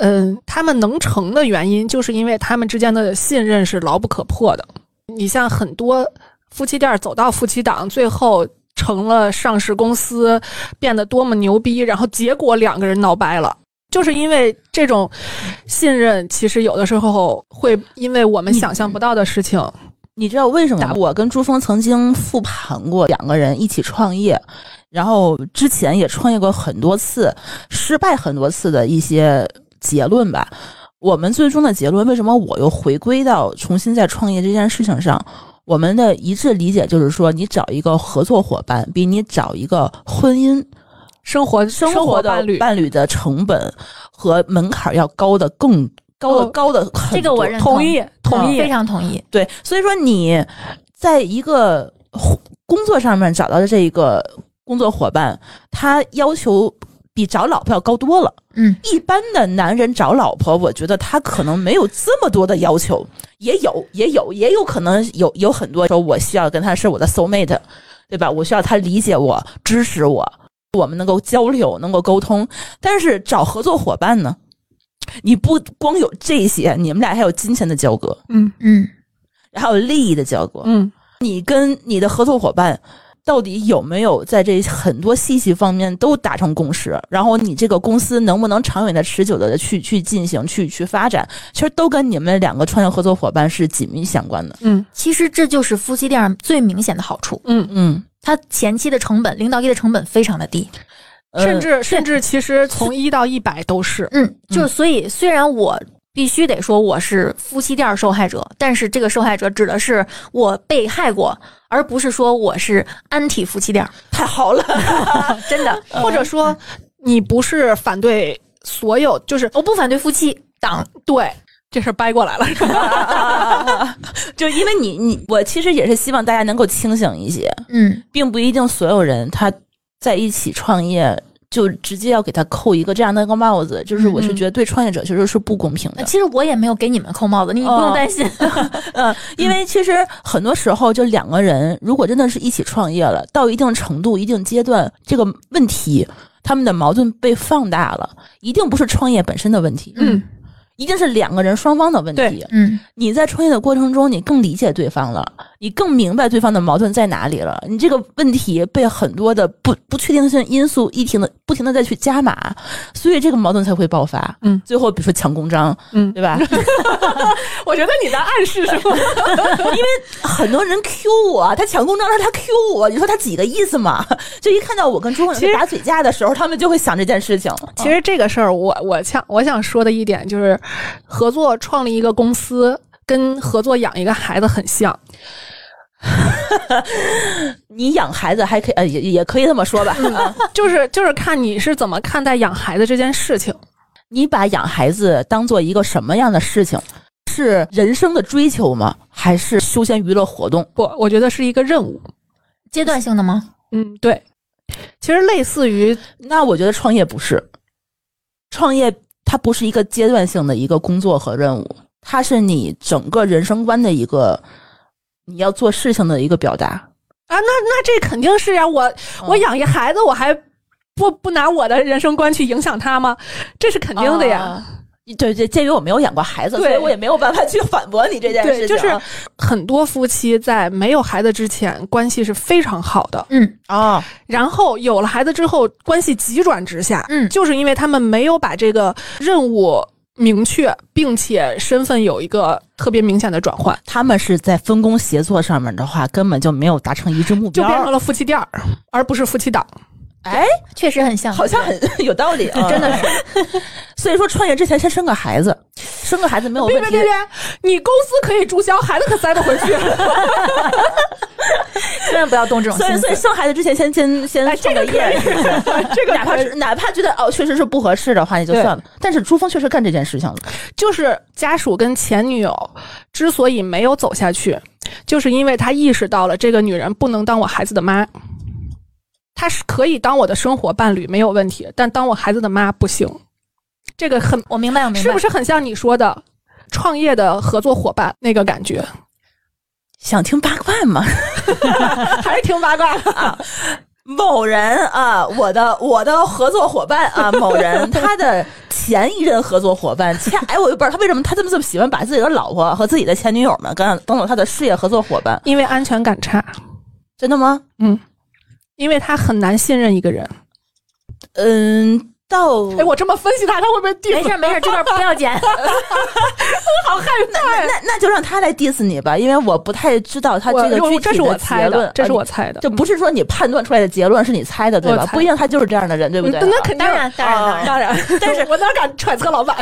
[SPEAKER 4] 嗯、他们能成的原因，就是因为他们之间的信任是牢不可破的。你像很多夫妻店儿走到夫妻档，最后成了上市公司，变得多么牛逼，然后结果两个人闹掰了。就是因为这种信任，其实有的时候会因为我们想象不到的事情，
[SPEAKER 2] 你知道为什么
[SPEAKER 4] 打
[SPEAKER 2] 吗？我跟朱峰曾经复盘过，两个人一起创业，然后之前也创业过很多次，失败很多次的一些结论吧。我们最终的结论，为什么我又回归到重新在创业这件事情上？我们的一致理解就是说，你找一个合作伙伴，比你找一个婚姻
[SPEAKER 4] 生活
[SPEAKER 2] 生
[SPEAKER 4] 活
[SPEAKER 2] 的
[SPEAKER 4] 伴侣
[SPEAKER 2] 伴侣的成本和门槛要高的更高的、
[SPEAKER 4] 哦
[SPEAKER 2] 高的很多。
[SPEAKER 3] 这个我认同，
[SPEAKER 4] 同意同
[SPEAKER 3] 同
[SPEAKER 4] 意
[SPEAKER 3] 意，非常同意。
[SPEAKER 2] 对，所以说你在一个伙工作上面找到的这一个工作伙伴，他要求比找老婆要高多了。
[SPEAKER 3] 嗯，
[SPEAKER 2] 一般的男人找老婆，我觉得他可能没有这么多的要求，也有，也有，也有可能有有很多说我需要跟他是我的 soul mate，对吧？我需要他理解我、支持我，我们能够交流、能够沟通。但是找合作伙伴呢，你不光有这些，你们俩还有金钱的交割，
[SPEAKER 4] 嗯
[SPEAKER 3] 嗯，
[SPEAKER 2] 还有利益的交割。
[SPEAKER 4] 嗯，
[SPEAKER 2] 你跟你的合作伙伴到底有没有在这很多细细方面都达成共识？然后你这个公司能不能长远的、持久的去去进行、去去发展？其实都跟你们两个创业合作伙伴是紧密相关的。
[SPEAKER 4] 嗯
[SPEAKER 3] 其实这就是夫妻店最明显的好处，
[SPEAKER 2] 嗯，
[SPEAKER 3] 它前期的成本，零到一的成本非常的低。
[SPEAKER 2] 呃
[SPEAKER 4] 甚至甚至其实从一到一百都是，
[SPEAKER 3] 嗯，就所以虽然我必须得说我是夫妻店受害者，但是这个受害者指的是我被害过，而不是说我是安体夫妻店，
[SPEAKER 2] 太好 了，
[SPEAKER 3] 真的。
[SPEAKER 4] 或者说你不是反对所有，就是
[SPEAKER 3] 我不反对夫妻档，
[SPEAKER 4] 对哦这事儿掰过来了，是 吧？
[SPEAKER 2] 就因为你你我其实也是希望大家能够清醒一些，
[SPEAKER 3] 嗯，
[SPEAKER 2] 并不一定所有人他在一起创业。就直接要给他扣一个这样的一个帽子，就是我是
[SPEAKER 4] 嗯
[SPEAKER 2] 觉得对创业者其实是不公平的。
[SPEAKER 3] 呃其实我也没有给你们扣帽子，你不用担心。
[SPEAKER 2] 哦嗯，因为其实很多时候，就两个人如果真的是一起创业了，到一定程度、一定阶段，这个问题他们的矛盾被放大了，一定不是创业本身的问题，
[SPEAKER 4] 嗯，
[SPEAKER 2] 一定是两个人双方的问题
[SPEAKER 4] 对。
[SPEAKER 3] 嗯
[SPEAKER 2] 你在创业的过程中，你更理解对方了，你更明白对方的矛盾在哪里了，你这个问题被很多的不不确定性因素一停的不停的再去加码，所以这个矛盾才会爆发。
[SPEAKER 4] 嗯
[SPEAKER 2] 最后比如说抢公章，
[SPEAKER 4] 嗯
[SPEAKER 2] 对吧？
[SPEAKER 4] 我觉得你的暗示是吗？
[SPEAKER 2] 很多人 Q 我，他抢公章，让他 Q 我，你说他几个意思嘛？ 就一看到我跟朱峰在
[SPEAKER 4] 其实
[SPEAKER 2] 打嘴架的时候，他们就会想这件事情。哦
[SPEAKER 4] 其实这个事儿，我我想我想说的一点就是，合作创立一个公司跟合作养一个孩子很 像，
[SPEAKER 2] 嗯你养孩子还可以，呃，也也可以这么说吧。
[SPEAKER 4] 嗯
[SPEAKER 2] 啊
[SPEAKER 4] 就是就是看你是怎么看待养孩子这件事情。
[SPEAKER 2] 你把养孩子当做一个什么样的事情？是人生的追求吗？还是休闲娱乐活动？
[SPEAKER 4] 不，我觉得是一个任务。
[SPEAKER 3] 阶段性的吗？
[SPEAKER 4] 嗯，对。其实类似于
[SPEAKER 2] 那我觉得创业不是，创业它不是一个阶段性的一个工作和任务，它是你整个人生观的一个你要做事情的一个表达。
[SPEAKER 4] 啊，那那这肯定是呀、我我
[SPEAKER 2] 嗯
[SPEAKER 4] 养一孩子，我还不不拿我的人生观去影响他吗？这是肯定的呀。
[SPEAKER 2] 啊对对，鉴于我没有养过孩子，所
[SPEAKER 4] 对
[SPEAKER 2] 以我也没有办法去反驳你这件事
[SPEAKER 4] 对，
[SPEAKER 2] 情。啊
[SPEAKER 4] 就是很多夫妻在没有孩子之前关系是非常好的，
[SPEAKER 3] 嗯
[SPEAKER 2] 哦，
[SPEAKER 4] 然后有了孩子之后关系急转直下，
[SPEAKER 3] 嗯
[SPEAKER 4] 就是因为他们没有把这个任务明确，并且身份有一个特别明显的转换，
[SPEAKER 2] 他们是在分工协作上面的话，根本就没有达成一致目
[SPEAKER 4] 就
[SPEAKER 2] 标。
[SPEAKER 4] 变成了夫妻店儿，而不是夫妻档。
[SPEAKER 2] 哎，
[SPEAKER 3] 确实很像，
[SPEAKER 2] 好像很有道理，啊、 真的是。 所以说，创业之前先生个孩子，生个孩子没有
[SPEAKER 4] 别
[SPEAKER 2] 哦问
[SPEAKER 4] 别
[SPEAKER 2] 题
[SPEAKER 4] 别。别，你公司可以注销，孩子可塞得回去。
[SPEAKER 3] 千万不要动这种
[SPEAKER 2] 所以，
[SPEAKER 3] 心
[SPEAKER 2] 所以
[SPEAKER 3] 思。
[SPEAKER 2] 生孩子之前先先先创哎个业， 这个哪怕是哪怕觉得哦确实是不合适的话，也就
[SPEAKER 4] 对
[SPEAKER 2] 算了。但是朱峰确实干这件事情了，
[SPEAKER 4] 就是家属跟前女友之所以没有走下去，就是因为他意识到了这个女人不能当我孩子的妈，她是可以当我的生活伴侣没有问题，但当我孩子的妈不行。这个很
[SPEAKER 3] 我明白，我明白，
[SPEAKER 4] 是不是很像你说的创业的合作伙伴那个感觉？
[SPEAKER 2] 想听八卦吗？ 啊
[SPEAKER 4] 还是挺八 卦的。
[SPEAKER 2] 某人啊，我的我的合作伙伴啊，某人他的前一任合作伙伴，前哎，我也不知道他为什么他这么这么喜欢把自己的老婆和自己的前女友们跟当做他的事业合作伙伴，
[SPEAKER 4] 因为安全感差，
[SPEAKER 2] 真的吗？
[SPEAKER 4] 因为他很难信任一个人。
[SPEAKER 2] 嗯，到
[SPEAKER 4] 哎，我这么分析他，他会不会定？
[SPEAKER 3] 没事儿没事儿，这段不要 剪。
[SPEAKER 2] 好害怕，那那那就让他来 diss 你吧，因为我不太知道他
[SPEAKER 4] 我
[SPEAKER 2] 这个具体
[SPEAKER 4] 这是我猜
[SPEAKER 2] 结论
[SPEAKER 4] 的，这是
[SPEAKER 2] 啊
[SPEAKER 4] 我猜的。
[SPEAKER 2] 就不是说你判断出来的结论是你猜的，对
[SPEAKER 4] 我
[SPEAKER 2] 吧？
[SPEAKER 4] 猜
[SPEAKER 2] 不一定，他就是这样的人，对不对？
[SPEAKER 4] 嗯那肯定啊
[SPEAKER 3] 当然当然当然，
[SPEAKER 4] 当然，
[SPEAKER 2] 但是
[SPEAKER 4] 我哪敢揣测老板？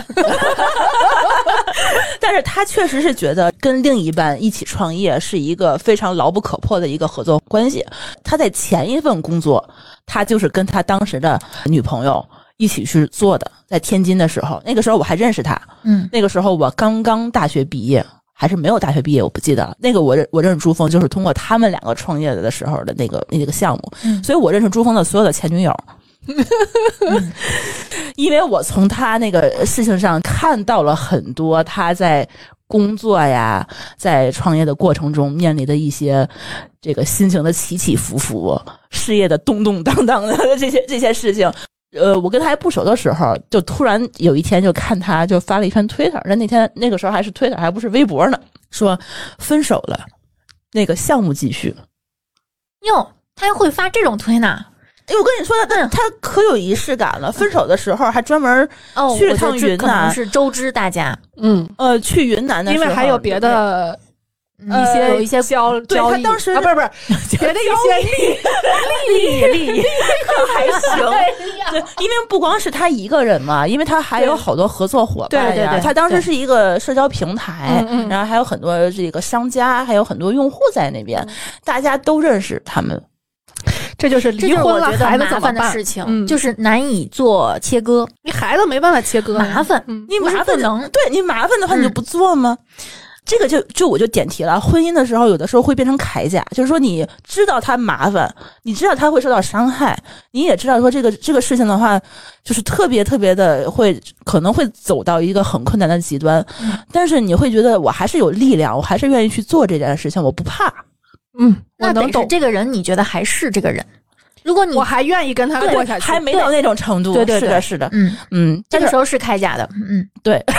[SPEAKER 2] 但是他确实是觉得跟另一半一起创业是一个非常牢不可破的一个合作关系。他在前一份工作，他就是跟他当时的女朋友一起去做的，在天津的时候，那个时候我还认识他，
[SPEAKER 3] 嗯，
[SPEAKER 2] 那个时候我刚刚大学毕业，还是没有大学毕业，我不记得了。那个我认我认识朱峰，就是通过他们两个创业的时候的那个那个项目，
[SPEAKER 3] 嗯
[SPEAKER 2] 所以我认识朱峰的所有的前女友。
[SPEAKER 3] 嗯
[SPEAKER 2] 因为我从他那个事情上看到了很多他在工作呀，在创业的过程中面临的一些这个心情的起起伏伏，事业的动动荡荡的这些 这些事情。呃，我跟他还不熟的时候，就突然有一天就看他就发了一篇推特，那那天那个时候还是推特，还不是微博呢，说分手了，
[SPEAKER 4] 哎
[SPEAKER 2] 那个项目继续。
[SPEAKER 3] 哟，他还会发这种推呢？
[SPEAKER 2] 哎，我跟你说，他他可有仪式感了。分手的时候还专门
[SPEAKER 3] 哦，
[SPEAKER 2] 去了
[SPEAKER 3] 我觉
[SPEAKER 2] 趟
[SPEAKER 3] 得这
[SPEAKER 2] 云
[SPEAKER 3] 可能
[SPEAKER 2] 南
[SPEAKER 3] 是周知大家，
[SPEAKER 4] 嗯，
[SPEAKER 2] 呃去云南的
[SPEAKER 4] 因
[SPEAKER 2] 时候，
[SPEAKER 4] 为还有别的
[SPEAKER 3] 嗯
[SPEAKER 4] 一些、
[SPEAKER 2] 呃
[SPEAKER 4] 有一些交
[SPEAKER 2] 对
[SPEAKER 4] 交
[SPEAKER 2] 他
[SPEAKER 4] 易，
[SPEAKER 2] 当时
[SPEAKER 4] 啊，不是不 是别的一些利
[SPEAKER 2] 丽 丽还行。对
[SPEAKER 3] 对，
[SPEAKER 2] 因为不光是他一个人嘛，因为他还有好多合作伙伴呀。
[SPEAKER 3] 对对对对
[SPEAKER 2] 他当时是一个社交平台，
[SPEAKER 4] 嗯嗯
[SPEAKER 2] 然后还有很多这个商家，还有很多用户在那
[SPEAKER 3] 嗯
[SPEAKER 2] 边，大家都认识他们。
[SPEAKER 4] 这就是
[SPEAKER 3] 这
[SPEAKER 4] 离
[SPEAKER 3] 就是我
[SPEAKER 4] 婚了
[SPEAKER 3] 觉得
[SPEAKER 4] 孩子
[SPEAKER 3] 麻
[SPEAKER 4] 怎么
[SPEAKER 3] 烦的
[SPEAKER 4] 办？
[SPEAKER 3] 事情，
[SPEAKER 4] 嗯
[SPEAKER 3] 就是难以做切割，
[SPEAKER 4] 你孩子没办法切割呀，
[SPEAKER 3] 麻烦。
[SPEAKER 4] 嗯，
[SPEAKER 2] 你
[SPEAKER 3] 不是
[SPEAKER 2] 麻
[SPEAKER 3] 不
[SPEAKER 2] 烦的
[SPEAKER 3] 能，
[SPEAKER 2] 对你麻烦的话，你就
[SPEAKER 3] 嗯
[SPEAKER 2] 不做吗？这个就就我就点题了。婚姻的时候，有的时候会变成铠甲，就是说你知道他麻烦，你知道他会受到伤害，你也知道说这个这个事情的话，就是特别特别的会可能会走到一个很困难的极端，但是你会觉得我还是有力量，我还是愿意去做这件事情，我不怕。
[SPEAKER 4] 嗯，我
[SPEAKER 3] 那
[SPEAKER 4] 能
[SPEAKER 3] 得是
[SPEAKER 4] 懂，
[SPEAKER 3] 这个人，你觉得还是这个人？如果你
[SPEAKER 4] 我还愿意跟他过下去，
[SPEAKER 2] 还没到那种程度。
[SPEAKER 4] 对对
[SPEAKER 2] 是的，
[SPEAKER 4] 对
[SPEAKER 2] 是的，
[SPEAKER 3] 嗯，
[SPEAKER 2] 嗯，但
[SPEAKER 3] 这个
[SPEAKER 2] 是
[SPEAKER 3] 时候是开甲的，嗯，
[SPEAKER 2] 对。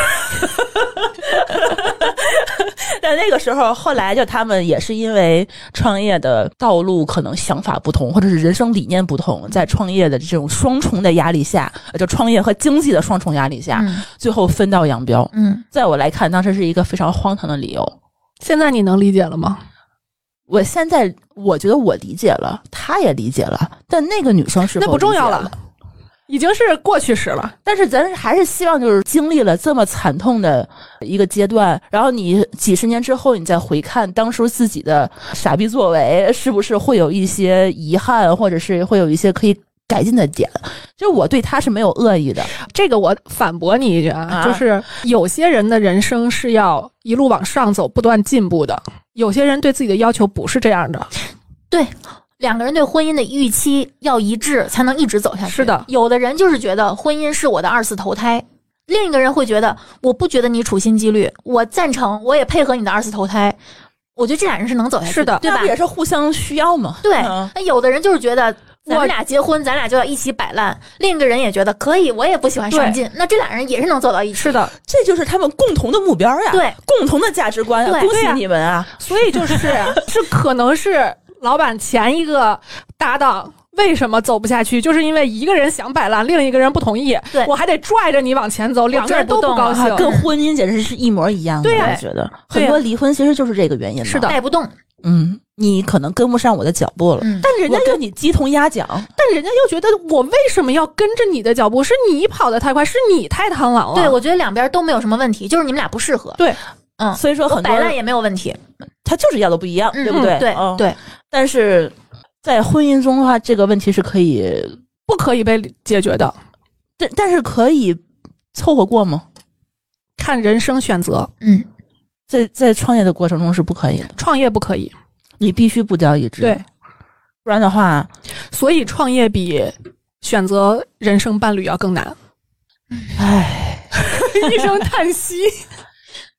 [SPEAKER 2] 但那个时候，后来就他们也是因为创业的道路可能想法不同，或者是人生理念不同，在创业的这种双重的压力下，呃就创业和经济的双重压力
[SPEAKER 4] 啊
[SPEAKER 2] 下，
[SPEAKER 3] 嗯
[SPEAKER 2] 最后分道扬镳。
[SPEAKER 3] 嗯，
[SPEAKER 2] 在我来看，当时是一个非常荒唐的理由。
[SPEAKER 4] 现在你能理解了吗？
[SPEAKER 2] 我现在我觉得我理解了，他也理解了，但那个女生是否
[SPEAKER 4] 那不重要
[SPEAKER 2] 理解
[SPEAKER 4] 了，已经是过去式了。
[SPEAKER 2] 但是咱还是希望，就是经历了这么惨痛的一个阶段，然后你几十年之后，你再回看当初自己的傻逼作为，是不是会有一些遗憾，或者是会有一些可以改进的点？就是我对他是没有恶意的，
[SPEAKER 4] 这个我反驳你一句啊，
[SPEAKER 2] 啊
[SPEAKER 4] 就是有些人的人生是要一路往上走，不断进步的。有些人对自己的要求不是这样的，
[SPEAKER 3] 对。两个人对婚姻的预期要一致，才能一直走下去。
[SPEAKER 4] 是的
[SPEAKER 3] 有的人就是觉得婚姻是我的二次投胎，另一个人会觉得我不觉得你处心积虑，我赞成，我也配合你的二次投胎。我觉得这俩人是能走下去
[SPEAKER 4] 是的
[SPEAKER 3] 对吧
[SPEAKER 2] 那不？也是互相需要嘛？
[SPEAKER 3] 对
[SPEAKER 2] 嗯，
[SPEAKER 3] 那有的人就是觉得咱们俩结婚，咱俩就要一起摆烂。另一个人也觉得可以，我也不喜欢上进，那这俩人也是能走到一起。
[SPEAKER 4] 是的，
[SPEAKER 2] 这就是他们共同的目标呀，
[SPEAKER 3] 对，
[SPEAKER 2] 共同的价值观呀，
[SPEAKER 3] 对
[SPEAKER 2] 恭
[SPEAKER 4] 对
[SPEAKER 2] 喜
[SPEAKER 4] 呀
[SPEAKER 2] 你们啊！
[SPEAKER 4] 所以就是 是可能是老板前一个搭档。为什么走不下去？就是因为一个人想摆烂，另一个人不同意，
[SPEAKER 3] 对
[SPEAKER 4] 我还得拽着你往前走，两个人都
[SPEAKER 3] 拽不动
[SPEAKER 4] 高
[SPEAKER 3] 了
[SPEAKER 4] 兴
[SPEAKER 3] 哈。
[SPEAKER 2] 啊跟婚姻简直是一模一样的，
[SPEAKER 4] 对呀
[SPEAKER 2] 我觉得很
[SPEAKER 4] 对呀
[SPEAKER 2] 多离婚其实就是这个原因。
[SPEAKER 4] 是的
[SPEAKER 3] 带不动，
[SPEAKER 2] 嗯，你可能跟不上我的脚步了，
[SPEAKER 3] 嗯，
[SPEAKER 2] 但人家
[SPEAKER 4] 我跟
[SPEAKER 2] 跟你鸡同鸭讲，
[SPEAKER 4] 但人家又觉得我为什么要跟着你的脚步？是你跑得太快，是你太贪婪了。
[SPEAKER 3] 对我觉得两边都没有什么问题，就是你们俩不适合。
[SPEAKER 4] 啊对，
[SPEAKER 3] 嗯，
[SPEAKER 2] 所以说很多
[SPEAKER 3] 摆烂
[SPEAKER 2] 人
[SPEAKER 3] 也没有问题，
[SPEAKER 2] 他就是要的不一样，
[SPEAKER 3] 嗯
[SPEAKER 2] 对不对？
[SPEAKER 3] 对
[SPEAKER 2] 嗯
[SPEAKER 3] 对。
[SPEAKER 2] 但是在婚姻中的话，这个问题是可以，
[SPEAKER 4] 不可以被解决的，
[SPEAKER 2] 但但是可以凑合过吗？
[SPEAKER 4] 看人生选择，
[SPEAKER 3] 嗯，
[SPEAKER 2] 在在创业的过程中是不可以的，
[SPEAKER 4] 创业不可以。
[SPEAKER 2] 你必须步调一致，
[SPEAKER 4] 对，
[SPEAKER 2] 不然的话，
[SPEAKER 4] 所以创业比选择人生伴侣要更难。
[SPEAKER 2] 唉。
[SPEAKER 4] 一声叹息，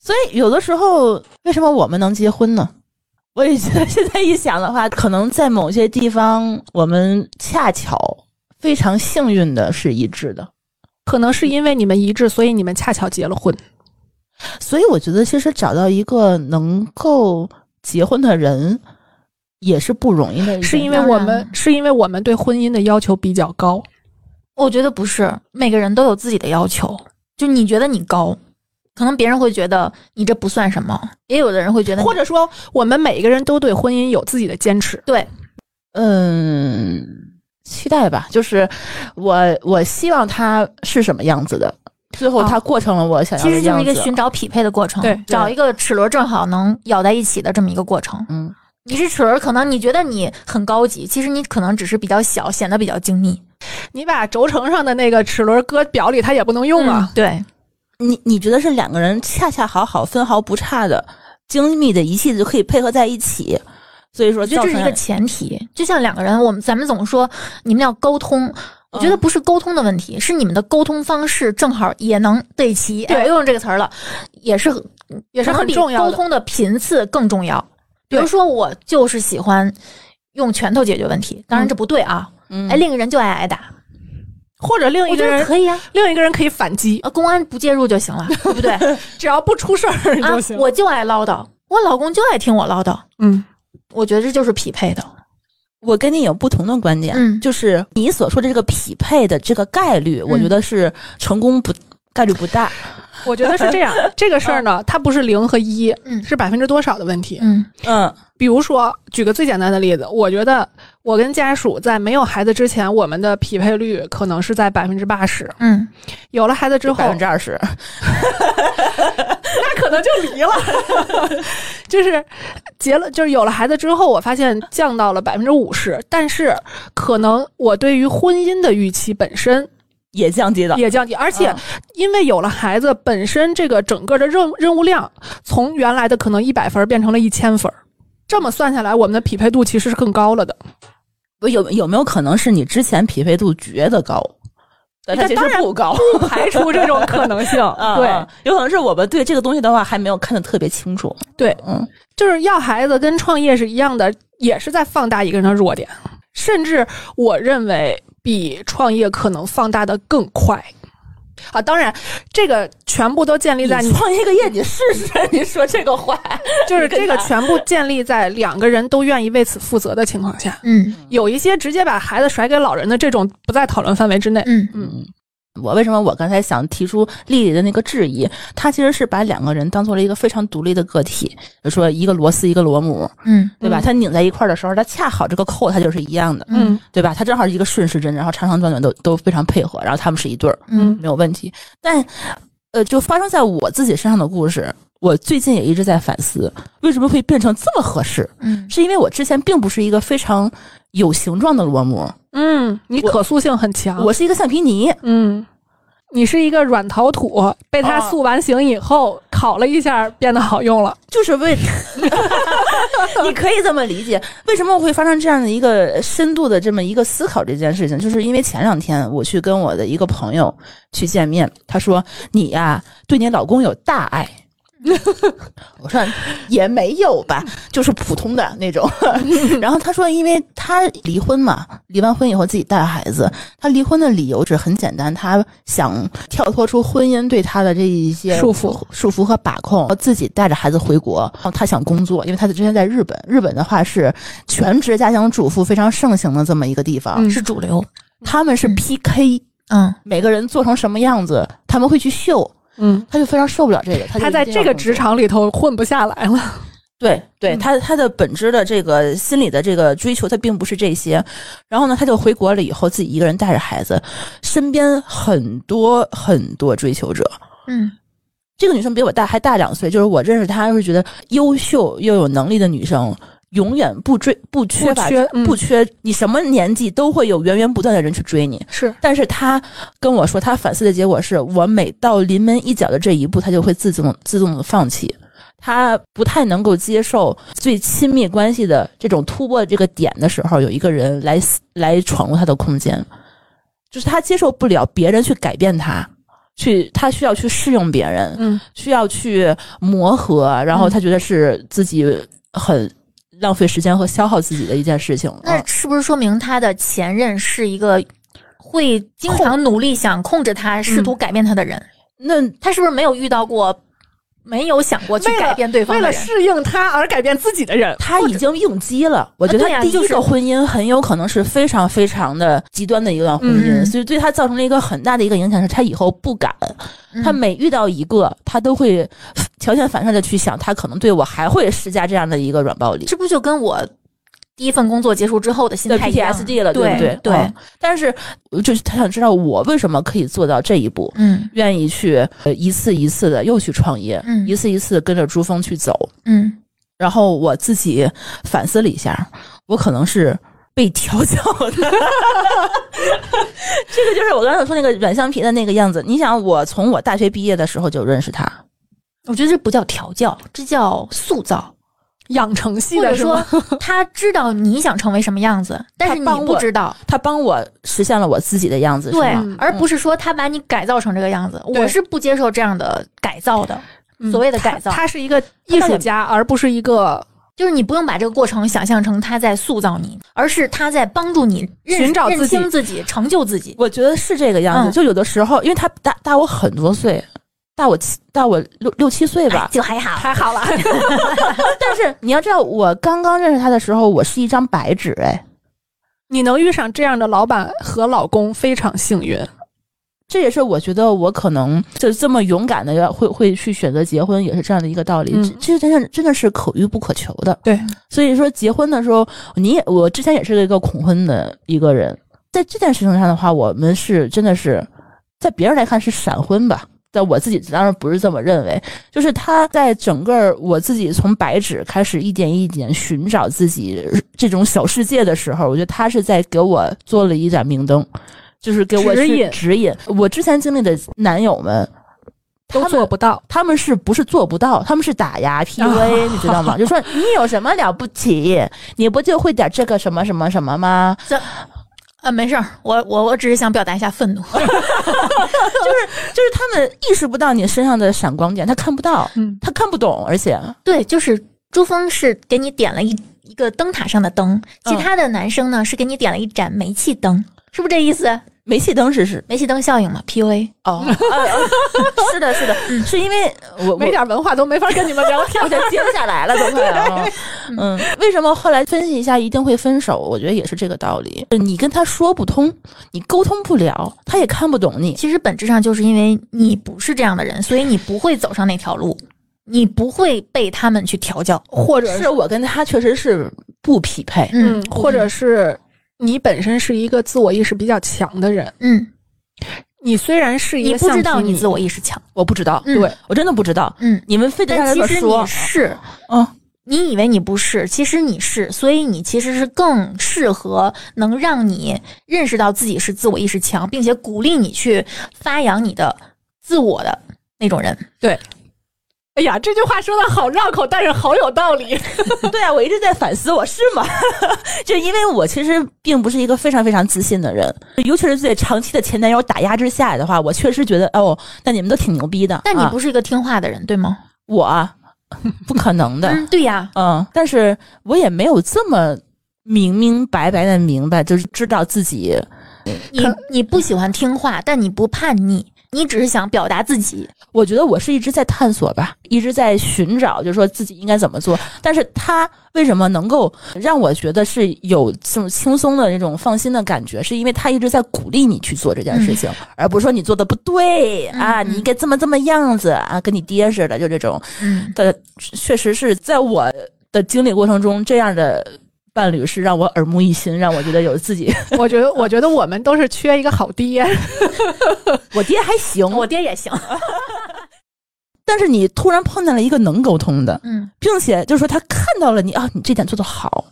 [SPEAKER 2] 所以有的时候，为什么我们能结婚呢？我也觉得现在一想的话，可能在某些地方，我们恰巧非常幸运的是一致的。
[SPEAKER 4] 可能是因为你们一致，所以你们恰巧结了婚。
[SPEAKER 2] 所以我觉得，其实找到一个能够结婚的人，也是不容易的一件事。
[SPEAKER 4] 是因为我
[SPEAKER 3] 当
[SPEAKER 4] 们
[SPEAKER 3] 然
[SPEAKER 4] 是因为我们对婚姻的要求比较高，
[SPEAKER 3] 我觉得不是，每个人都有自己的要求。就你觉得你高，可能别人会觉得你这不算什么，也有的人会觉得你
[SPEAKER 4] 或者说我们每一个人都对婚姻有自己的坚持。
[SPEAKER 3] 对，
[SPEAKER 2] 嗯，期待吧，就是我我希望他是什么样子的，啊最后他过成了我想要
[SPEAKER 3] 其
[SPEAKER 2] 的样子。
[SPEAKER 3] 实就是一个寻找匹配的过程，
[SPEAKER 4] 对对
[SPEAKER 3] 找一个齿轮正好能咬在一起的这么一个过程。
[SPEAKER 2] 嗯，
[SPEAKER 3] 你是齿轮，可能你觉得你很高级，其实你可能只是比较小，显得比较精密。
[SPEAKER 4] 你把轴承上的那个齿轮搁表里，它也不能用啊。
[SPEAKER 3] 嗯对，
[SPEAKER 2] 你你觉得是两个人恰恰好好、分毫不差的、精密的一气就可以配合在一起，所以说
[SPEAKER 3] 我觉得
[SPEAKER 2] 造
[SPEAKER 3] 这
[SPEAKER 2] 成
[SPEAKER 3] 是一个前提。就像两个人，我们咱们总说你们要沟通，我觉得不是沟通的问题，是你们的沟通方式正好也能对齐。
[SPEAKER 4] 对
[SPEAKER 3] 哎我又用这个词儿了，也是很
[SPEAKER 4] 也是
[SPEAKER 3] 可能
[SPEAKER 4] 很
[SPEAKER 3] 比
[SPEAKER 4] 重要的
[SPEAKER 3] 沟通的频次更重要。比
[SPEAKER 4] 对
[SPEAKER 3] 如说，我就是喜欢用拳头解决问题，当然这不对啊。
[SPEAKER 2] 嗯
[SPEAKER 3] 哎，另一个人就爱挨打，
[SPEAKER 4] 或者另一
[SPEAKER 3] 我觉
[SPEAKER 4] 个
[SPEAKER 3] 得
[SPEAKER 4] 人，
[SPEAKER 3] 可以啊，
[SPEAKER 4] 另一个人可以反击，
[SPEAKER 3] 呃，公安不介入就行了， 对不对？啊，
[SPEAKER 4] 只要不出事儿就行。
[SPEAKER 3] 我就爱唠叨，我老公就爱听我唠叨，
[SPEAKER 4] 嗯，
[SPEAKER 3] 我觉得这就是匹配的。
[SPEAKER 2] 我跟你有不同的观点，
[SPEAKER 3] 嗯
[SPEAKER 2] 就是你所说的这个匹配的这个概率，我
[SPEAKER 3] 嗯
[SPEAKER 2] 觉得是成功不概率不大。
[SPEAKER 4] 我觉得是这样。 这个事儿呢，它不是零和一，
[SPEAKER 3] 嗯
[SPEAKER 4] 是百分之多少的问题。
[SPEAKER 3] 嗯
[SPEAKER 2] 嗯
[SPEAKER 4] 比如说，举个最简单的例子，我觉得我跟家属在没有孩子之前，我们的匹配率可能是在百分之八十；
[SPEAKER 3] 嗯，
[SPEAKER 4] 有了孩子之后
[SPEAKER 2] 百，分之二十，
[SPEAKER 4] 那可能就离了。 就是结了，就是有了孩子之后，我发现降到了百分之五十，但是可能我对于婚姻的预期本身
[SPEAKER 2] 也降低了。
[SPEAKER 4] 也降低，而
[SPEAKER 2] 而
[SPEAKER 4] 且因为有了孩子，本身这个整个的任务任务量从原来的可能一百分儿变成了一千分儿，这么算下来，我们的匹配度其实是更高了的。
[SPEAKER 2] 有有没有可能是你之前匹配度觉得高，但它
[SPEAKER 4] 那
[SPEAKER 2] 其
[SPEAKER 4] 当
[SPEAKER 2] 实
[SPEAKER 4] 然
[SPEAKER 2] 不高？
[SPEAKER 4] 不嗯排除这种可能性
[SPEAKER 2] 啊，，
[SPEAKER 4] 对，
[SPEAKER 2] 有可能是我们对这个东西的话还没有看得特别清楚。
[SPEAKER 4] 对，
[SPEAKER 2] 嗯，
[SPEAKER 4] 就是要孩子跟创业是一样的，也是在放大一个人的弱点，甚至我认为比创业可能放大的更快。啊，当然，这个全部都建立在你
[SPEAKER 2] 创业个业，你试试，你说这个话，
[SPEAKER 4] 就是这个全部建立在两个人都愿意为此负责的情况下。
[SPEAKER 3] 嗯
[SPEAKER 4] 有一些直接把孩子甩给老人的这种不在讨论范围之内。
[SPEAKER 3] 嗯
[SPEAKER 2] 嗯。我为什么我刚才想提出丽丽的那个质疑？她其实是把两个人当做了一个非常独立的个体，就说一个螺丝一个螺母，
[SPEAKER 3] 嗯
[SPEAKER 2] 对吧？
[SPEAKER 4] 嗯
[SPEAKER 2] 它拧在一块儿的时候，它恰好这个扣它就是一样的，
[SPEAKER 3] 嗯
[SPEAKER 2] 对吧？它正好是一个顺时针，然后长长短短都都非常配合，然后他们是一对儿，
[SPEAKER 3] 嗯
[SPEAKER 2] 没有问题。但呃，就发生在我自己身上的故事，我最近也一直在反思，为什么会变成这么合适？
[SPEAKER 3] 嗯
[SPEAKER 2] 是因为我之前并不是一个非常有形状的螺母，
[SPEAKER 4] 嗯，你可塑性很强。
[SPEAKER 2] 我是一个橡皮泥，
[SPEAKER 4] 嗯，你是一个软陶土，被它塑完形以后烤了一下，变得好用了。
[SPEAKER 2] 就是为， 你可以这么理解。为什么我会发生这样的一个深度的这么一个思考这件事情？就是因为前两天我去跟
[SPEAKER 5] 啊
[SPEAKER 2] 我的一个朋友去见面，他说你呀、对你老公有大爱，
[SPEAKER 5] 我说也没有吧， 就是普通的那种。 然后他说，因为他离婚嘛，离完婚以后自己带孩子，他离婚的理由是很简单，他想跳脱出婚姻对他的这一些
[SPEAKER 4] 束缚、
[SPEAKER 5] 束缚和把控，自己带着孩子回国。然后他想工作，因为他之前在日本，日本的话是全职家庭主妇非常盛行的这么一个地方，
[SPEAKER 4] 嗯
[SPEAKER 3] 是主流。
[SPEAKER 5] 他们是
[SPEAKER 3] 嗯
[SPEAKER 5] PK、
[SPEAKER 3] 嗯，
[SPEAKER 5] 每个人做成什么样子，他们会去秀，
[SPEAKER 4] 嗯，
[SPEAKER 5] 他就非常受不了这个。他
[SPEAKER 4] 他
[SPEAKER 5] 他
[SPEAKER 4] 在这个职场里头混不下来了。
[SPEAKER 2] 对对，
[SPEAKER 4] 嗯
[SPEAKER 2] 他他的本质的这个心理的这个追求，他并不是这些。然后呢，他就回国了以后，自己一个人带着孩子，身边很多很多追求者。
[SPEAKER 3] 嗯，
[SPEAKER 2] 这个女生比我大还大两岁，就是我认识她，就是觉得优秀又有能力的女生，永远不追不缺乏
[SPEAKER 4] 不缺嗯
[SPEAKER 2] 不缺你什么年纪都会有源源不断的人去追你。
[SPEAKER 4] 是，
[SPEAKER 2] 但是她跟我说，她反思的结果是我每到临门一脚的这一步，她就会自动自动的放弃。她不太能够接受最亲密关系的这种突破这个点的时候，有一个人来来闯入她的空间，就是她接受不了别人去改变她，去她需要去适应别人，
[SPEAKER 4] 嗯，
[SPEAKER 2] 需要去磨合，然后他觉得是自己很浪费时间和消耗自己的一件事情。
[SPEAKER 3] 那
[SPEAKER 2] 嗯
[SPEAKER 3] 是不是说明他的前任是一个会经常努力想控制他、试图改变他的人？
[SPEAKER 2] 那
[SPEAKER 3] 他是不是没有遇到过，没有想过去
[SPEAKER 4] 为了
[SPEAKER 3] 改变对方
[SPEAKER 4] 为
[SPEAKER 3] 的
[SPEAKER 4] 了
[SPEAKER 3] 人？
[SPEAKER 4] 适应他而改变自己的人，
[SPEAKER 2] 他已经应激了，我觉得
[SPEAKER 3] 啊对
[SPEAKER 2] 他
[SPEAKER 3] 呀
[SPEAKER 2] 第一
[SPEAKER 3] 就是
[SPEAKER 2] 个婚姻很有可能是非常非常的极端的一段婚姻，
[SPEAKER 3] 嗯
[SPEAKER 2] 所以对他造成了一个很大的一个影响，是他以后不敢，
[SPEAKER 3] 嗯
[SPEAKER 2] 他每遇到一个，他都会条件反射的去想，他可能对我还会施加这样的一个软暴力。
[SPEAKER 3] 这不就跟我第一份工作结束之后的心
[SPEAKER 2] 对
[SPEAKER 3] 态一样
[SPEAKER 2] PTSD 了，
[SPEAKER 3] 对
[SPEAKER 2] 不对？
[SPEAKER 3] 对
[SPEAKER 2] 嗯但是呃就是他想知道我为什么可以做到这一步，
[SPEAKER 3] 嗯
[SPEAKER 2] 愿意去呃一次一次的又去创业，
[SPEAKER 3] 嗯
[SPEAKER 2] 一次一次地跟着珠峰去走。
[SPEAKER 3] 嗯，
[SPEAKER 2] 然后我自己反思了一下，我可能是被调教的。 这个就是我刚才说那个软橡皮的那个样子。你想，我从我大学毕业的时候就认识他，
[SPEAKER 3] 我觉得这不叫调教，这叫塑造，
[SPEAKER 4] 养成系
[SPEAKER 3] 或者
[SPEAKER 4] 的是
[SPEAKER 3] 说
[SPEAKER 4] 吗？
[SPEAKER 3] 他知道你想成为什么样子，但是你
[SPEAKER 2] 帮
[SPEAKER 3] 不
[SPEAKER 2] 我
[SPEAKER 3] 知道，
[SPEAKER 2] 他帮我实现了我自己的样子，是
[SPEAKER 3] 对
[SPEAKER 2] 吗？，
[SPEAKER 3] 而不是说他把你改造成这个样子。
[SPEAKER 4] 嗯对
[SPEAKER 3] 我是不接受这样的改造的，
[SPEAKER 4] 嗯
[SPEAKER 3] 所谓的 改造
[SPEAKER 4] 他他是一个艺术家，而不是一个
[SPEAKER 3] 就是你不用把这个过程想象成他在塑造你，而是他在帮助你认
[SPEAKER 4] 寻找
[SPEAKER 3] 认
[SPEAKER 4] 自己
[SPEAKER 3] 清自己、成就自己。
[SPEAKER 2] 我觉得是这个样子。
[SPEAKER 3] 嗯
[SPEAKER 2] 就有的时候，因为他大大我很多岁，大我七大我六六七岁吧
[SPEAKER 3] 哎，就还好，
[SPEAKER 4] 还好了。
[SPEAKER 2] 但是你要知道，我刚刚认识他的时候，我是一张白纸，哎。
[SPEAKER 4] 你能遇上这样的老板和老公，非常幸运。
[SPEAKER 2] 这也是我觉得我可能就这么勇敢的要会会去选择结婚，也是这样的一个道理。
[SPEAKER 4] 嗯
[SPEAKER 2] 这这真的真的是可遇不可求的。
[SPEAKER 4] 对，
[SPEAKER 2] 所以说结婚的时候，你也我之前也是一个恐婚的一个人，在这件事情上的话，我们是真的是在别人来看是闪婚吧。但我自己当然不是这么认为，就是他在整个儿我自己从白纸开始一点一点寻找自己这种小世界的时候，我觉得他是在给我做了一盏明灯，就是给我
[SPEAKER 4] 指
[SPEAKER 2] 去
[SPEAKER 4] 引
[SPEAKER 2] 指引。我之前经历的男友们
[SPEAKER 4] 都做不到，
[SPEAKER 2] 他们是不是做不到？他们是打压
[SPEAKER 4] 啊
[SPEAKER 2] PUA，、你知道吗？就说你有什么了不起？你不就会点这个什么什么什么吗？
[SPEAKER 3] 啊，没事儿，我我我只是想表达一下愤怒。
[SPEAKER 4] 呃
[SPEAKER 2] 就是他们意识不到你身上的闪光点，他看不到，
[SPEAKER 4] 嗯
[SPEAKER 2] 他看不懂，而且
[SPEAKER 3] 对，就是珠峰是给你点了一一个灯塔上的灯，
[SPEAKER 4] 嗯
[SPEAKER 3] 其他的男生呢是给你点了一盏煤气灯，是不是这意思？
[SPEAKER 2] 煤气灯是是
[SPEAKER 3] 煤气灯效应嘛，PUA。
[SPEAKER 2] 哦，是的，是的，
[SPEAKER 3] 嗯
[SPEAKER 2] 是因为我
[SPEAKER 4] 没
[SPEAKER 2] 我。
[SPEAKER 4] 点文化都没法跟你们聊 天
[SPEAKER 2] 我。就接不下来了，都快啊！嗯，为什么后来分析一下一定会分手？我觉得也是这个道理。你跟他说不通，你沟通不了，他也看不懂你。
[SPEAKER 3] 其实本质上就是因为你不是这样的人，所以你不会走上那条路，你不会被他们去调教。
[SPEAKER 4] 或者
[SPEAKER 2] 是我跟他确实是不匹配，
[SPEAKER 4] 嗯，
[SPEAKER 3] 不
[SPEAKER 4] 或者是你本身是一个自我意识比较强的人，
[SPEAKER 3] 嗯，
[SPEAKER 4] 你虽然是一
[SPEAKER 3] 你
[SPEAKER 4] 个
[SPEAKER 3] 不知道
[SPEAKER 4] 橡皮
[SPEAKER 3] 你自我意识强，
[SPEAKER 2] 我不知道，
[SPEAKER 3] 嗯
[SPEAKER 4] 对
[SPEAKER 2] 我真的不知道。
[SPEAKER 3] 嗯，
[SPEAKER 2] 你们非得
[SPEAKER 3] 但
[SPEAKER 2] 让
[SPEAKER 3] 其
[SPEAKER 2] 他
[SPEAKER 3] 实
[SPEAKER 2] 说
[SPEAKER 3] 你，是，
[SPEAKER 2] 嗯，
[SPEAKER 3] 你以为你不是，其实你是，所以你其实是更适合能让你认识到自己是自我意识强，并且鼓励你去发扬你的自我的那种人。
[SPEAKER 4] 哎呀，这句话说的好绕口，但是好有道理。
[SPEAKER 2] 对啊，我一直在反思，我是吗？ 就因为我其实并不是一个非常非常自信的人，尤其是在长期的前男友打压之下的话，我确实觉得哦，那你们都挺牛逼的。
[SPEAKER 3] 但你
[SPEAKER 2] 啊
[SPEAKER 3] 不是一个听话的人，对吗？
[SPEAKER 2] 我啊 不可能的，
[SPEAKER 3] 嗯，对呀，
[SPEAKER 2] 嗯，但是我也没有这么明明白白的明白，就是知道自己
[SPEAKER 3] 你你不喜欢听话，但你不叛逆，你只是想表达自己。
[SPEAKER 2] 我觉得我是一直在探索吧，一直在寻找，就是说自己应该怎么做。但是他为什么能够让我觉得是有这种轻松的那种放心的感觉，是因为他一直在鼓励你去做这件事情，而不是说你做的不对啊，
[SPEAKER 3] 嗯
[SPEAKER 2] 你应该这么这么样子啊，跟你爹似的，就这种。
[SPEAKER 3] 嗯，
[SPEAKER 2] 但确实是在我的经历过程中，这样的伴侣是让我耳目一新，让我觉得有自己。
[SPEAKER 4] 我觉得，我觉得我们都是缺一个好爹。
[SPEAKER 2] 我爹还行，
[SPEAKER 3] 我爹也行。
[SPEAKER 2] 但是你突然碰见了一个能沟通的，
[SPEAKER 3] 嗯
[SPEAKER 2] 并且就是说他看到了你啊，你这点做得好，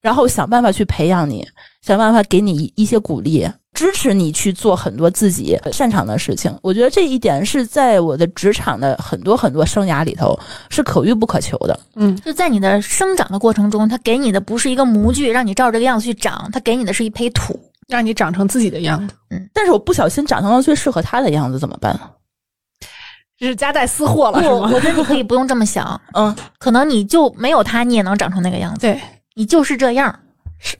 [SPEAKER 2] 然后想办法去培养你，想办法给你一些鼓励，支持你去做很多自己擅长的事情。我觉得这一点是在我的职场的很多很多生涯里头是可遇不可求的。
[SPEAKER 4] 嗯，
[SPEAKER 3] 就在你的生长的过程中，他给你的不是一个模具，让你照这个样子去长，他给你的是一培土。
[SPEAKER 4] 让你长成自己的样子，
[SPEAKER 2] 但是我不小心长成了最适合他的样子，怎么办？
[SPEAKER 4] 这是夹带私货
[SPEAKER 3] 不，
[SPEAKER 4] 了，是
[SPEAKER 3] 我
[SPEAKER 4] 吗？
[SPEAKER 3] 觉得你可以不用这么想，
[SPEAKER 2] 嗯
[SPEAKER 3] 可能你就没有他，你也能长成那个样子，
[SPEAKER 4] 对，
[SPEAKER 3] 你就是这样，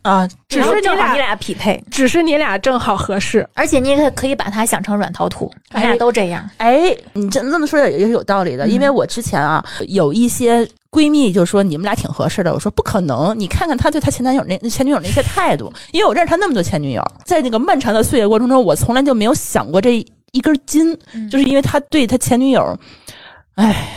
[SPEAKER 2] 啊，
[SPEAKER 4] 只是你
[SPEAKER 3] 正好你
[SPEAKER 4] 俩，
[SPEAKER 3] 俩匹配，
[SPEAKER 4] 只是你俩正好合适。
[SPEAKER 3] 而且你也可以把他想成软陶土，你俩
[SPEAKER 2] 哎
[SPEAKER 3] 都这样。
[SPEAKER 2] 哎，你这这么说也也是有道
[SPEAKER 3] 嗯
[SPEAKER 2] 理的，因为我之前啊有一些闺蜜就说你们俩挺合适的，我说不可能，你看看她对她前男友那前女友那些态 度，因为我认识她那么多前女友，在那个漫长的岁月过程中，我从来就没有想过这一根筋，
[SPEAKER 3] 嗯
[SPEAKER 2] 就是因为她对她前女友，哎，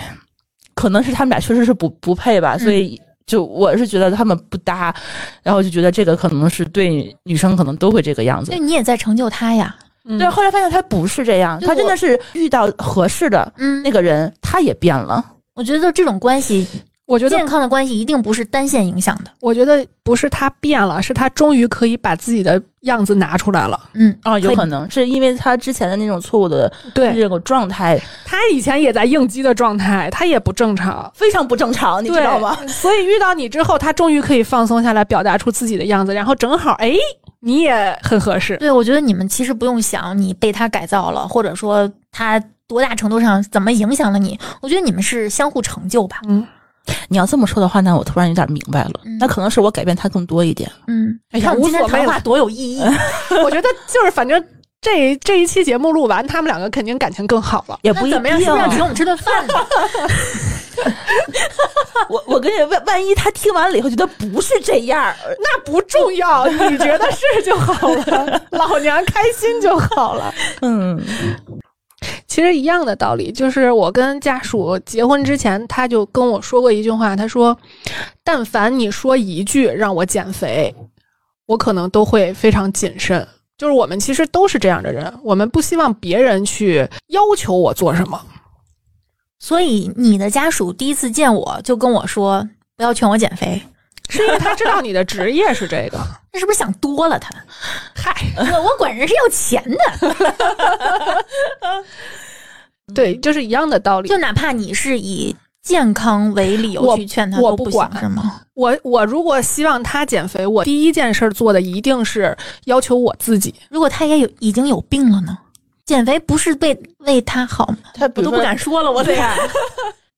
[SPEAKER 2] 可能是他们俩确实是不不配
[SPEAKER 3] 嗯
[SPEAKER 2] 吧，所以。就我是觉得他们不搭，然后就觉得这个可能是对女生可能都会这个样子
[SPEAKER 3] 对，。嗯你也在成就他呀。
[SPEAKER 4] 嗯
[SPEAKER 2] 对，后来发现他不是这样，
[SPEAKER 3] 就
[SPEAKER 2] 他真
[SPEAKER 3] 我
[SPEAKER 2] 的是遇到合适的，
[SPEAKER 3] 嗯
[SPEAKER 2] 那个人他也变了。
[SPEAKER 3] 我觉得这种关系，
[SPEAKER 4] 我觉得
[SPEAKER 3] 健康的关系一定不是单线影响的。
[SPEAKER 4] 我觉得不是他变了，是他终于可以把自己的样子拿出来了。
[SPEAKER 3] 嗯，
[SPEAKER 2] 啊、有
[SPEAKER 3] 可以
[SPEAKER 2] 可能是因为他之前的那种错误的
[SPEAKER 4] 对
[SPEAKER 2] 这种状态
[SPEAKER 4] 他以前也在应激的状态，他也不正常，
[SPEAKER 2] 非常不正常，你知道吗？
[SPEAKER 4] 对？所以遇到你之后，他终于可以放松下来，表达出自己的样子，然后正好，哎，你也很合 适。
[SPEAKER 3] 对，我觉得你们其实不用想你被他改造了，或者说他多大程度上怎么影响了你。我觉得你们是相互成就吧。
[SPEAKER 4] 嗯，
[SPEAKER 2] 你要这么说的话，那我突然有点明白了，
[SPEAKER 3] 嗯
[SPEAKER 2] 那可能是我改变他更多一点。
[SPEAKER 3] 嗯，
[SPEAKER 4] 哎
[SPEAKER 3] 你
[SPEAKER 4] 呀
[SPEAKER 3] 看我们今天
[SPEAKER 4] 无所谓
[SPEAKER 3] 谈
[SPEAKER 4] 了
[SPEAKER 3] 话多有意 义。
[SPEAKER 4] 我觉得就是反正这这一期节目录完，他们两个肯定感情更好了。
[SPEAKER 2] 也
[SPEAKER 3] 那
[SPEAKER 2] 不一
[SPEAKER 3] 怎
[SPEAKER 2] 定啊
[SPEAKER 3] 么，样？是不是
[SPEAKER 4] 啊
[SPEAKER 3] 要请我们吃顿饭呢？
[SPEAKER 2] 我我跟你万万一他听完了以后觉得不是这样儿，
[SPEAKER 4] 那不重 要，你觉得是就好了， 老娘开心就好了。
[SPEAKER 2] 嗯，
[SPEAKER 4] 其实一样的道理，就是我跟家属结婚之前，他就跟我说过一句话，他说：“但凡你说一句让我减肥，我可能都会非常谨慎。”就是我们其实都是这样的人，我们不希望别人去要求我做什么。
[SPEAKER 3] 所以你的家属第一次见我就跟我说不要劝我减肥，
[SPEAKER 4] 是因为他知道你的职业是这个，
[SPEAKER 3] 那是不是想多了他？
[SPEAKER 4] 嗨，
[SPEAKER 3] 我我管人是要钱的，
[SPEAKER 4] 对，就是一样的道理。
[SPEAKER 3] 就哪怕你是以健康为理由
[SPEAKER 4] 我
[SPEAKER 3] 去劝他，
[SPEAKER 4] 我
[SPEAKER 3] 都
[SPEAKER 4] 不
[SPEAKER 3] 行
[SPEAKER 4] 管
[SPEAKER 3] 是吗？
[SPEAKER 4] 我我如果希望他减肥，我第一件事儿做的一定是要求我自己。
[SPEAKER 3] 如果他也有已经有病了呢？减肥不是为为他好吗？
[SPEAKER 2] 他
[SPEAKER 3] 我都不敢说了，我 得。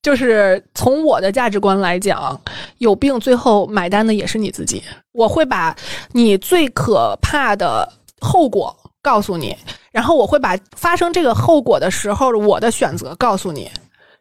[SPEAKER 4] 就是从我的价值观来讲，有病最后买单的也是你自己。我会把你最可怕的后果告诉你，然后我会把发生这个后果的时候我的选择告诉你。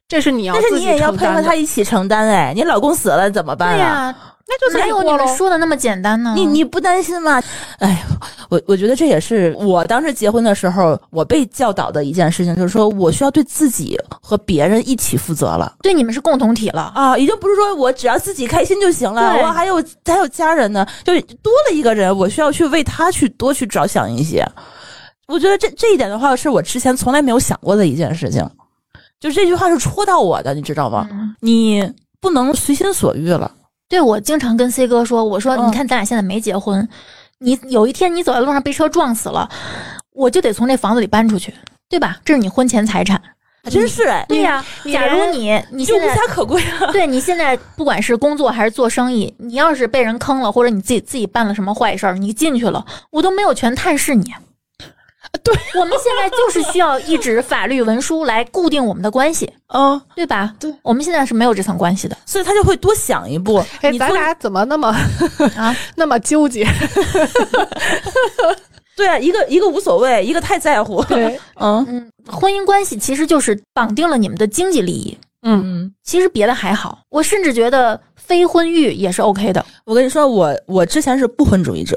[SPEAKER 4] 这是你要
[SPEAKER 2] 但是
[SPEAKER 4] 自
[SPEAKER 2] 你
[SPEAKER 4] 己
[SPEAKER 2] 也要
[SPEAKER 4] 承
[SPEAKER 2] 配
[SPEAKER 4] 担
[SPEAKER 2] 合
[SPEAKER 4] 的，
[SPEAKER 2] 他一起承担哎，你老公死了怎么办
[SPEAKER 3] 对
[SPEAKER 2] 啊？
[SPEAKER 3] 呀、
[SPEAKER 4] 那就
[SPEAKER 3] 哪有你们说的那么简单呢？
[SPEAKER 2] 你你不担心吗？嗯哎，我我觉得这也是我当时结婚的时候，我被教导的一件事情，就是说我需要对自己和别人一起负责了
[SPEAKER 3] 对你们是共同体了，
[SPEAKER 2] 啊，已经不是说我只要自己开心就行了，
[SPEAKER 3] 对
[SPEAKER 2] 我还有还有家人呢，就是多了一个人，我需要去为他去多去着想一些。我觉得这这一点的话，是我之前从来没有想过的一件事情，就这句话是戳到我的，你知道吗？
[SPEAKER 3] 嗯
[SPEAKER 2] 你不能随心所欲了。
[SPEAKER 3] 对我经常跟 C 哥说，我说
[SPEAKER 2] 嗯
[SPEAKER 3] 你看咱俩现在没结婚，你有一天你走在路上被车撞死了，我就得从这房子里搬出去，对吧？这是你婚前财产。
[SPEAKER 2] 还真是哎，
[SPEAKER 3] 对呀、
[SPEAKER 4] 你
[SPEAKER 3] 假如你你
[SPEAKER 2] 就
[SPEAKER 3] 现
[SPEAKER 2] 无
[SPEAKER 3] 在
[SPEAKER 2] 家可归啊！
[SPEAKER 3] 对你现在不管是工作还是做生意，你要是被人坑了，或者你自己自己办了什么坏事儿，你进去了，我都没有权探视你。我们现在就是需要一纸法律文书来固定我们的关系，
[SPEAKER 2] 嗯，
[SPEAKER 3] 对吧？
[SPEAKER 5] 对，
[SPEAKER 3] 我们现在是没有这层关 系的
[SPEAKER 2] 所以他就会多想一步。
[SPEAKER 4] 哎，
[SPEAKER 2] 你
[SPEAKER 4] 咱
[SPEAKER 2] 做
[SPEAKER 4] 俩怎么那么
[SPEAKER 3] 啊。
[SPEAKER 4] 那么纠结？
[SPEAKER 2] 对啊，一个一个无所谓，一个太在 乎。
[SPEAKER 4] 对，
[SPEAKER 2] 嗯
[SPEAKER 3] 嗯，婚姻关系其实就是绑定了你们的经济利益，
[SPEAKER 4] 嗯，
[SPEAKER 2] 嗯，
[SPEAKER 3] 其实别的还好。我甚至觉得非婚育也是 OK 的。
[SPEAKER 2] 我跟你说，我我之前是不婚主义者，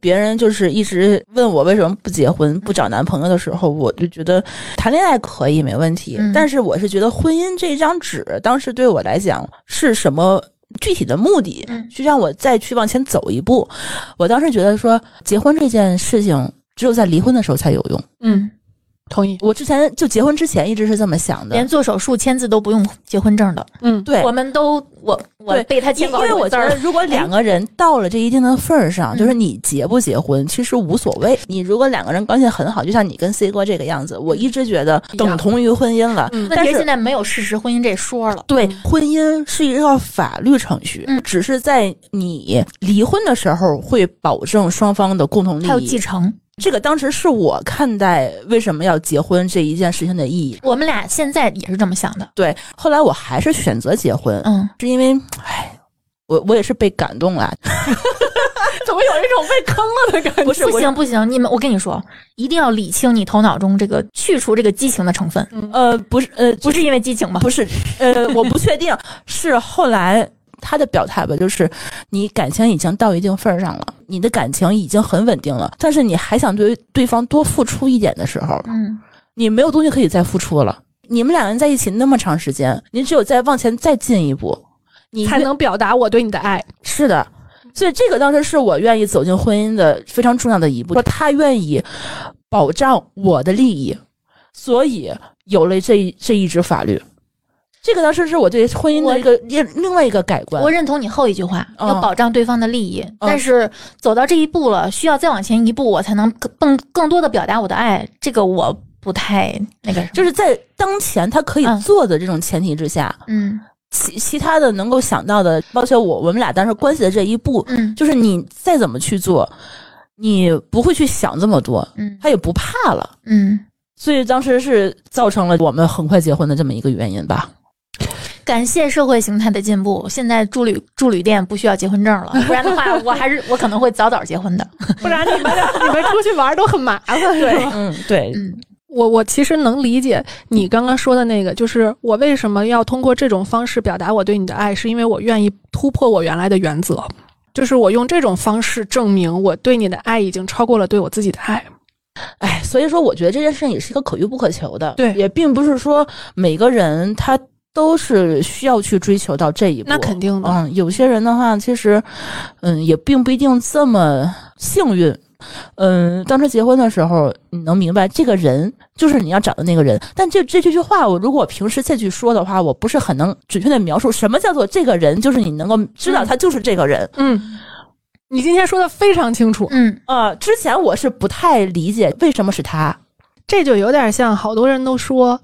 [SPEAKER 2] 别人就是一直问我为什么不结婚、不找男朋友的时候，我就觉得谈恋爱可以没问题，
[SPEAKER 3] 嗯
[SPEAKER 2] 但是我是觉得婚姻这张纸，当时对我来讲是什么？具体的目的
[SPEAKER 3] 嗯
[SPEAKER 2] 去让我再去往前走一步。我当时觉得说，结婚这件事情只有在离婚的时候才有用。
[SPEAKER 3] 嗯，
[SPEAKER 4] 同意。
[SPEAKER 2] 我之前就结婚之前一直是这么想的，
[SPEAKER 3] 连做手术签字都不用结婚证的，
[SPEAKER 4] 嗯，
[SPEAKER 2] 对
[SPEAKER 3] 我们都我我
[SPEAKER 2] 对
[SPEAKER 3] 被他
[SPEAKER 2] 因
[SPEAKER 3] 签
[SPEAKER 2] 因
[SPEAKER 3] 稿
[SPEAKER 2] 为
[SPEAKER 3] 有
[SPEAKER 2] 我
[SPEAKER 3] 字
[SPEAKER 2] 觉
[SPEAKER 3] 儿哎嗯
[SPEAKER 2] 得，如果两个人到了这一定的份儿上，就是你结不结婚，其实无所谓。你如果两个人关系很好，就像你跟 C 哥这个样子，我一直觉得等同于婚姻了。
[SPEAKER 4] 嗯
[SPEAKER 3] 嗯问
[SPEAKER 2] 但
[SPEAKER 3] 题是现
[SPEAKER 2] 是
[SPEAKER 3] 在没有事实婚姻这说了。
[SPEAKER 2] 对婚姻是一个法律程序，
[SPEAKER 3] 嗯
[SPEAKER 2] 只是在你离婚的时候会保证双方的共同利
[SPEAKER 3] 还有
[SPEAKER 2] 益。
[SPEAKER 3] 继承，
[SPEAKER 2] 这个当时是我看待为什么要结婚这一件事情的意义。
[SPEAKER 3] 我们俩现在也是这么想的。
[SPEAKER 2] 对，后来我还是选择结婚，
[SPEAKER 3] 嗯，
[SPEAKER 2] 是因为，哎，我我也是被感动了。啊
[SPEAKER 4] 怎么有一种被坑了的感觉？
[SPEAKER 2] 不是
[SPEAKER 3] 不
[SPEAKER 2] 我
[SPEAKER 3] 行不行，你们我跟你说，一定要理清你头脑中这个去除这个激情的成分，
[SPEAKER 2] 呃，不是，呃，
[SPEAKER 3] 不是因为激情吧？
[SPEAKER 2] 不是，呃，我不确定，是后来他的表态吧，就是你感情已经到一定份儿上了，你的感情已经很稳定了，但是你还想对对方多付出一点的时候，
[SPEAKER 3] 嗯，
[SPEAKER 2] 你没有东西可以再付出了。你们两个人在一起那么长时间，你只有再往前再进一步，你
[SPEAKER 4] 才
[SPEAKER 2] 越
[SPEAKER 4] 能表达我对你的爱。
[SPEAKER 2] 是的，所以这个当时是我愿意走进婚姻的非常重要的一步，说他愿意保障我的利益，所以有了这一这一支法律。这个当时是我对婚姻
[SPEAKER 3] 我
[SPEAKER 2] 的一个另另外一个改观
[SPEAKER 3] 我。认同你后一句话，
[SPEAKER 2] 嗯
[SPEAKER 3] 要保障对方的利益。但是走到这一步了，需要再往前一步，我才能更更更多的表达我的爱。这个我不太那个什么，
[SPEAKER 2] 就是在当前他可以
[SPEAKER 3] 嗯
[SPEAKER 2] 做的这种前提之下，
[SPEAKER 3] 嗯
[SPEAKER 2] 其其他的能够想到的，包括我我们俩当时关系的这一步，
[SPEAKER 3] 嗯
[SPEAKER 2] 就是你再怎么去做，你不会去想这么多，
[SPEAKER 3] 嗯
[SPEAKER 2] 他也不怕了。
[SPEAKER 3] 嗯，
[SPEAKER 2] 所以当时是造成了我们很快结婚的这么一个原因吧。
[SPEAKER 3] 感谢社会形态的进步，现在住旅住旅店不需要结婚证了，不然的话，我还是我可能会早早结婚的。
[SPEAKER 4] 不然你们你们出去玩都很麻 烦，是吧？
[SPEAKER 2] 嗯，对
[SPEAKER 3] 嗯
[SPEAKER 4] 我我其实能理解你刚刚说的那个，就是我为什么要通过这种方式表达我对你的爱，是因为我愿意突破我原来的原则，就是我用这种方式证明我对你的爱已经超过了对我自己的爱。
[SPEAKER 2] 哎，所以说我觉得这件事情也是一个可遇不可求的，
[SPEAKER 4] 对
[SPEAKER 2] 也并不是说每个人他都是需要去追求到这一步。
[SPEAKER 4] 那肯定的，
[SPEAKER 2] 嗯，有些人的话，其实，嗯，也并不一定这么幸运。嗯，当时结婚的时候，你能明白这个人就是你要找的那个人。但这这这句话，我如果我平时再去说的话，我不是很能准确的描述什么叫做这个人，就是你能够知道他就是这个人。
[SPEAKER 4] 嗯，你今天说的非常清楚，
[SPEAKER 3] 嗯，
[SPEAKER 2] 呃，之前我是不太理解为什么是他，
[SPEAKER 4] 这就有点像好多人都说，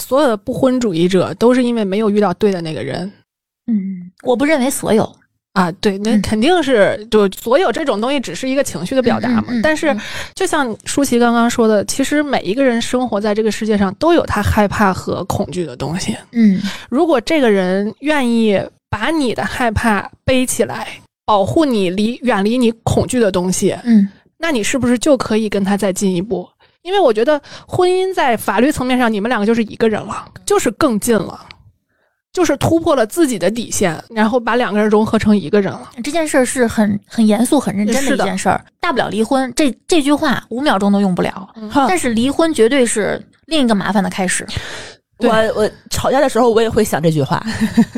[SPEAKER 4] 所有的不婚主义者都是因为没有遇到对的那个人。
[SPEAKER 3] 嗯，我不认为所有，
[SPEAKER 4] 啊，对，那
[SPEAKER 3] 嗯
[SPEAKER 4] 肯定是、就所有这种东西只是一个情绪的表达嘛。
[SPEAKER 3] 嗯嗯嗯
[SPEAKER 4] 但是
[SPEAKER 3] 嗯，
[SPEAKER 4] 就像舒淇刚刚说的，其实每一个人生活在这个世界上都有他害怕和恐惧的东西。
[SPEAKER 3] 嗯
[SPEAKER 4] 如果这个人愿意把你的害怕背起来，保护你离远离你恐惧的东西，
[SPEAKER 3] 嗯
[SPEAKER 4] 那你是不是就可以跟他再进一步？因为我觉得婚姻在法律层面上，你们两个就是一个人了，就是更近了，就是突破了自己的底线，然后把两个人融合成一个人了。
[SPEAKER 3] 这件事儿是很很严肃、很认真的
[SPEAKER 4] 是
[SPEAKER 3] 一
[SPEAKER 4] 的
[SPEAKER 3] 件事儿，大不了离婚。这这句话五秒钟都用不了，
[SPEAKER 2] 哈
[SPEAKER 3] 但是离婚绝对是另一个麻烦的开始。
[SPEAKER 2] 我
[SPEAKER 4] 对
[SPEAKER 2] 我吵架的时候我也会想这句 话，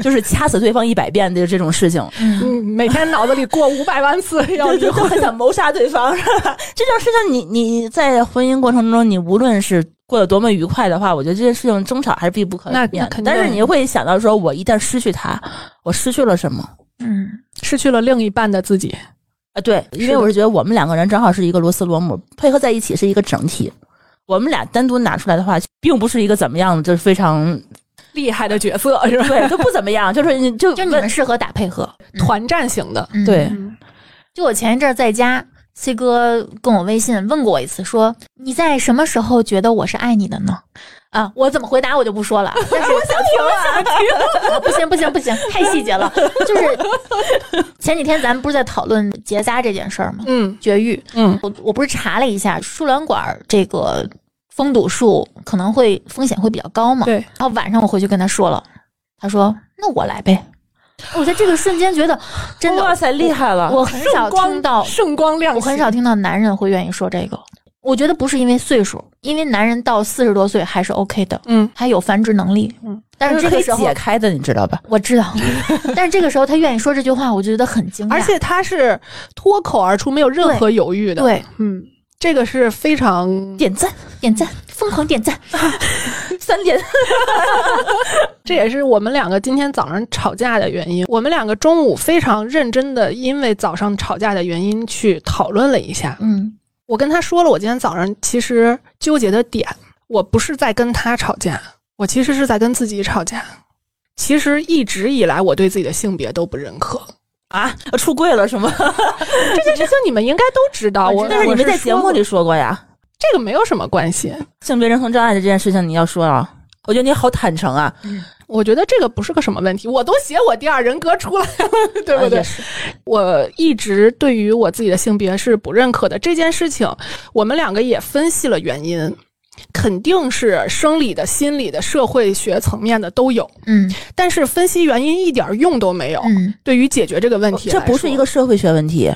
[SPEAKER 2] 就是掐死对方一百遍的这种事情，
[SPEAKER 3] 嗯，
[SPEAKER 4] 嗯，每天脑子里过五百万次要
[SPEAKER 2] 对
[SPEAKER 4] 离
[SPEAKER 2] 对
[SPEAKER 4] 婚
[SPEAKER 2] 都，很想谋杀对方，是吧？这种事情你你在婚姻过程中，你无论是过得多么愉快的话，我觉得这件事情争吵还是必不可
[SPEAKER 4] 那
[SPEAKER 2] 免
[SPEAKER 4] 那
[SPEAKER 2] 的。
[SPEAKER 4] 肯定
[SPEAKER 2] 但是你会想到说，我一旦失去他，我失去了什么？
[SPEAKER 3] 嗯，
[SPEAKER 4] 失去了另一半的自己。
[SPEAKER 2] 啊，对，因
[SPEAKER 4] 是
[SPEAKER 2] 为
[SPEAKER 4] 的
[SPEAKER 2] 我是觉得我们两个人正好是一个螺丝螺母，配合在一起是一个整体。我们俩单独拿出来的话，并不是一个怎么样，就是非常
[SPEAKER 4] 厉害的角色是吧？
[SPEAKER 2] 对，就不怎么样，就是你就
[SPEAKER 3] 就你们适合打配合。
[SPEAKER 4] 团战型的，
[SPEAKER 3] 嗯
[SPEAKER 2] 对，
[SPEAKER 4] 嗯，
[SPEAKER 3] 就我前一阵儿在家 C 哥跟我微信问过我一次，说你在什么时候觉得我是爱你的呢？啊，我怎么回答我就不 说了，但是我想听，我 想听，不行不行不行，太细节了。就是前几天咱们不是在讨论结扎这件事儿吗？
[SPEAKER 4] 嗯
[SPEAKER 3] 绝育，
[SPEAKER 4] 嗯
[SPEAKER 3] 我我不是查了一下输卵管这个封堵术可能会风险会比较高嘛？
[SPEAKER 4] 对
[SPEAKER 3] 然后晚上我回去跟他说了，他说那我来呗。我在这个瞬间觉得，真的，
[SPEAKER 2] 哇塞，厉害了！
[SPEAKER 3] 我很少听到，
[SPEAKER 4] 圣光亮
[SPEAKER 3] 我
[SPEAKER 4] 起，
[SPEAKER 3] 很少听到男人会愿意说这个。我觉得不是因为岁数，因为男人到四十多岁还是 OK 的，
[SPEAKER 4] 嗯
[SPEAKER 3] 还有繁殖能力。
[SPEAKER 4] 嗯，
[SPEAKER 3] 但是这
[SPEAKER 2] 可
[SPEAKER 3] 个
[SPEAKER 2] 以
[SPEAKER 3] 时候
[SPEAKER 2] 解开的，你知道吧？
[SPEAKER 3] 我知 道，但是这个时候他愿意说这句话，我就觉得很惊讶。
[SPEAKER 4] 而且他是脱口而出，没有任何犹豫的。，
[SPEAKER 3] 对，
[SPEAKER 4] 嗯，这个是非常
[SPEAKER 3] 点赞点赞，疯狂点赞，
[SPEAKER 2] 三点，
[SPEAKER 4] 这也是我们两个今天早上吵架的原因。我们两个中午非常认真的，因为早上吵架的原因去讨论了一下。
[SPEAKER 3] 嗯
[SPEAKER 4] 我跟他说了，我今天早上其实纠结的点，我不是在跟他吵架，我其实是在跟自己吵架。其实一直以来，我对自己的性别都不认可。
[SPEAKER 2] 啊，出柜了是吗？
[SPEAKER 4] 这件事情你们应该都知道，啊 我
[SPEAKER 2] 但是你
[SPEAKER 4] 我
[SPEAKER 2] 没在
[SPEAKER 4] 说
[SPEAKER 2] 节目
[SPEAKER 4] 过
[SPEAKER 2] 里说过呀。
[SPEAKER 4] 这个没有什么关系。
[SPEAKER 2] 性别认同障碍的这件事情你要说啊，我觉得你好坦诚啊，
[SPEAKER 4] 我觉得这个不是个什么问题，我都写我第二人格出来了，对不
[SPEAKER 2] 啊
[SPEAKER 4] 对
[SPEAKER 2] 也？是
[SPEAKER 4] 我一直对于我自己的性别是不认可的。这件事情，我们两个也分析了原因，肯定是生理的、心理的、社会学层面的都有，
[SPEAKER 3] 嗯
[SPEAKER 4] 但是分析原因一点用都没有。
[SPEAKER 3] 嗯，
[SPEAKER 4] 对于解决这个问题来
[SPEAKER 2] 这
[SPEAKER 4] 说，
[SPEAKER 2] 不是一个社会学问题，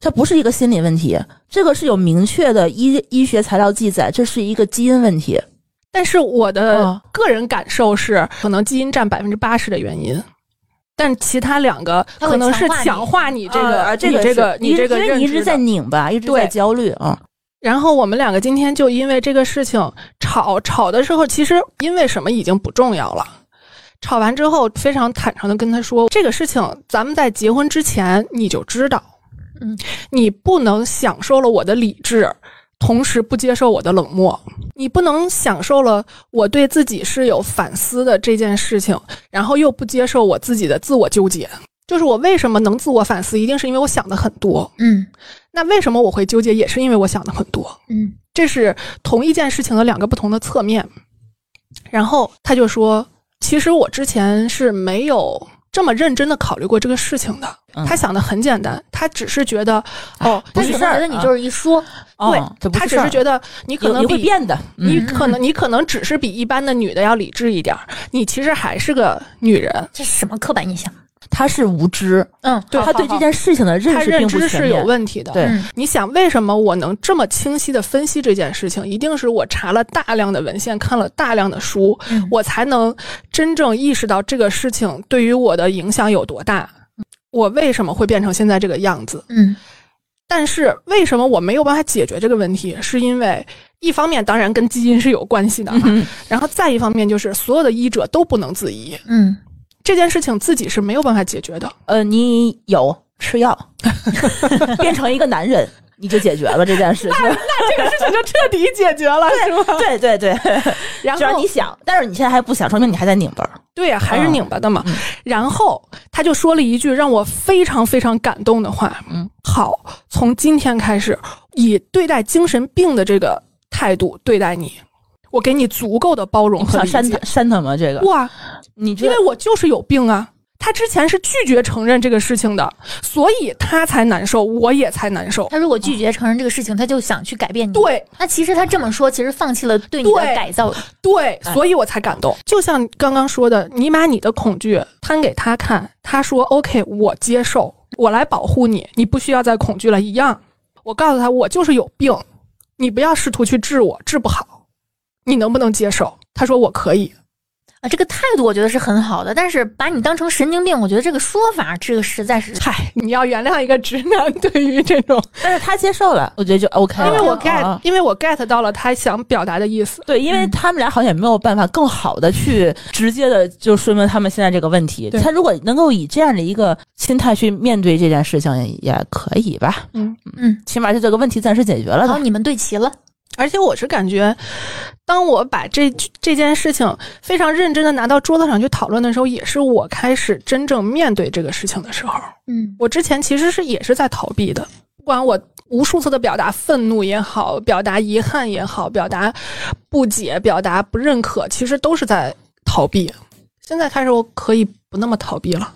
[SPEAKER 2] 这不是一个心理问题，这个是有明确的医医学材料记载，这是一个基因问题。
[SPEAKER 4] 但是我的
[SPEAKER 2] 嗯
[SPEAKER 4] 个人感受是，可能基因占百分之八十的原因，但其他两个
[SPEAKER 3] 它
[SPEAKER 4] 可
[SPEAKER 3] 会
[SPEAKER 4] 能是强
[SPEAKER 3] 强
[SPEAKER 4] 化你这
[SPEAKER 2] 啊
[SPEAKER 4] 个、
[SPEAKER 2] 啊
[SPEAKER 4] 你
[SPEAKER 2] 这个
[SPEAKER 4] 这
[SPEAKER 2] 是
[SPEAKER 4] 个、你这个
[SPEAKER 2] 因为
[SPEAKER 4] 认
[SPEAKER 2] 你一
[SPEAKER 4] 知
[SPEAKER 2] 直
[SPEAKER 4] 的
[SPEAKER 2] 在拧巴，一直在
[SPEAKER 4] 对
[SPEAKER 2] 焦虑啊。
[SPEAKER 4] 然后我们两个今天就因为这个事情吵吵的时候，其实因为什么已经不重要了。吵完之后，非常坦诚的跟他说，这个事情咱们在结婚之前你就知道，
[SPEAKER 3] 嗯，
[SPEAKER 4] 你不能享受了我的理智，同时不接受我的冷漠，你不能享受了我对自己是有反思的这件事情，然后又不接受我自己的自我纠结。就是我为什么能自我反思，一定是因为我想的很多。
[SPEAKER 3] 嗯
[SPEAKER 4] 那为什么我会纠结，也是因为我想的很多。
[SPEAKER 3] 嗯
[SPEAKER 4] 这是同一件事情的两个不同的侧面。然后他就说：“其实我之前是没有这么认真的考虑过这个事情的。
[SPEAKER 2] 嗯
[SPEAKER 4] 他想的很简单，他只是觉得，哦，
[SPEAKER 3] 他
[SPEAKER 2] 不是
[SPEAKER 3] 可
[SPEAKER 2] 事
[SPEAKER 3] 能
[SPEAKER 2] 儿
[SPEAKER 3] 觉得你
[SPEAKER 2] 啊
[SPEAKER 3] 就是一说，
[SPEAKER 4] 对
[SPEAKER 2] 哦，这不
[SPEAKER 4] 他只
[SPEAKER 2] 事儿
[SPEAKER 4] 是觉得你可
[SPEAKER 2] 有
[SPEAKER 4] 能
[SPEAKER 2] 你
[SPEAKER 4] 比
[SPEAKER 2] 会变的，
[SPEAKER 4] 你
[SPEAKER 2] 嗯，
[SPEAKER 4] 可能你可能只是比一般的女的要理智一点儿，你其实还是个女人。
[SPEAKER 3] 这是什么刻板印象？
[SPEAKER 2] 他是无知，
[SPEAKER 3] 嗯，
[SPEAKER 4] 对
[SPEAKER 2] 他对这件事情的认
[SPEAKER 4] 他
[SPEAKER 2] 识并
[SPEAKER 4] 认
[SPEAKER 2] 不
[SPEAKER 4] 知
[SPEAKER 2] 全
[SPEAKER 4] 是有
[SPEAKER 2] 面。
[SPEAKER 4] 问题的。
[SPEAKER 2] 对
[SPEAKER 3] 嗯
[SPEAKER 4] 你想，为什么我能这么清晰的分析这件事情？一定是我查了大量的文献，看了大量的书，
[SPEAKER 3] 嗯
[SPEAKER 4] 我才能真正意识到这个事情对于我的影响有多大。我为什么会变成现在这个样子？
[SPEAKER 3] 嗯
[SPEAKER 4] 但是为什么我没有办法解决这个问题？是因为一方面当然跟基因是有关系的，
[SPEAKER 2] 嗯
[SPEAKER 4] 然后再一方面就是所有的医者都不能自医，
[SPEAKER 3] 嗯，
[SPEAKER 4] 这件事情自己是没有办法解决的。
[SPEAKER 2] 呃，你有吃药， 变成一个男人，你就解决了这件事 情。
[SPEAKER 4] 这个事情就彻底解决了，是吗？
[SPEAKER 2] 对对对，
[SPEAKER 4] 然
[SPEAKER 2] 只要
[SPEAKER 4] 后
[SPEAKER 2] 你想，但是你现在还不想，说明你还在拧巴儿。
[SPEAKER 4] 对呀、还是拧巴的嘛。
[SPEAKER 2] 嗯
[SPEAKER 4] 然后他就说了一句让我非常非常感动的话：“
[SPEAKER 2] 嗯，
[SPEAKER 4] 好，从今天开始，以对待精神病的这个态度对待你，我给你足够的包容
[SPEAKER 2] 我想
[SPEAKER 4] 和理
[SPEAKER 2] 删他
[SPEAKER 4] 解。
[SPEAKER 2] 删他吗？这”个，
[SPEAKER 4] 哇，
[SPEAKER 2] 你
[SPEAKER 4] 因
[SPEAKER 2] 这
[SPEAKER 4] 为我就是有病啊！他之前是拒绝承认这个事情的，所以他才难受，我也才难受。
[SPEAKER 3] 他如果拒绝承认这个事情，他就想去改变你。，
[SPEAKER 4] 对
[SPEAKER 3] 那其实他这么说，其实放弃了对你的
[SPEAKER 4] 对
[SPEAKER 3] 改造。啊
[SPEAKER 4] 对，
[SPEAKER 2] 哎
[SPEAKER 4] 所以我才感动。就像刚刚说的，你把你的恐惧摊给他看，他说 “OK，我接受，我来保护你，你不需要再恐惧了”一样。我告诉他，我就是有病，你不要试图去治我，治不好。你能不能接受？他说我可以。
[SPEAKER 3] 啊，这个态度我觉得是很好的，但是把你当成神经病，我觉得这个说法，这个实在是
[SPEAKER 4] 嗨，你要原谅一个直男对于这种，
[SPEAKER 2] 但是他接受了，我觉得就 OK 了。
[SPEAKER 4] 因为我
[SPEAKER 2] 啊
[SPEAKER 4] get，、因为我 get 到了他想表达的意思。
[SPEAKER 2] 对，因为他们俩好像也没有办法更好的 去直接的就说明他们现在这个问题。
[SPEAKER 4] 对
[SPEAKER 2] 他如果能够以这样的一个心态去面对这件事情，也可以吧。
[SPEAKER 4] 嗯
[SPEAKER 3] 嗯，
[SPEAKER 2] 起码这这个问题暂时解决了
[SPEAKER 3] 然后
[SPEAKER 2] 吧。
[SPEAKER 3] 你们对齐了，
[SPEAKER 4] 而且我是感觉，当我把这这件事情非常认真的拿到桌子上去讨论的时候，也是我开始真正面对这个事情的时候。
[SPEAKER 3] 嗯
[SPEAKER 4] 我之前其实是也是在逃避的，不管我无数次的表达愤怒也好，表达遗憾也好，表达不解、表达不认可，其实都是在逃避。现在开始，我可以不那么逃避了。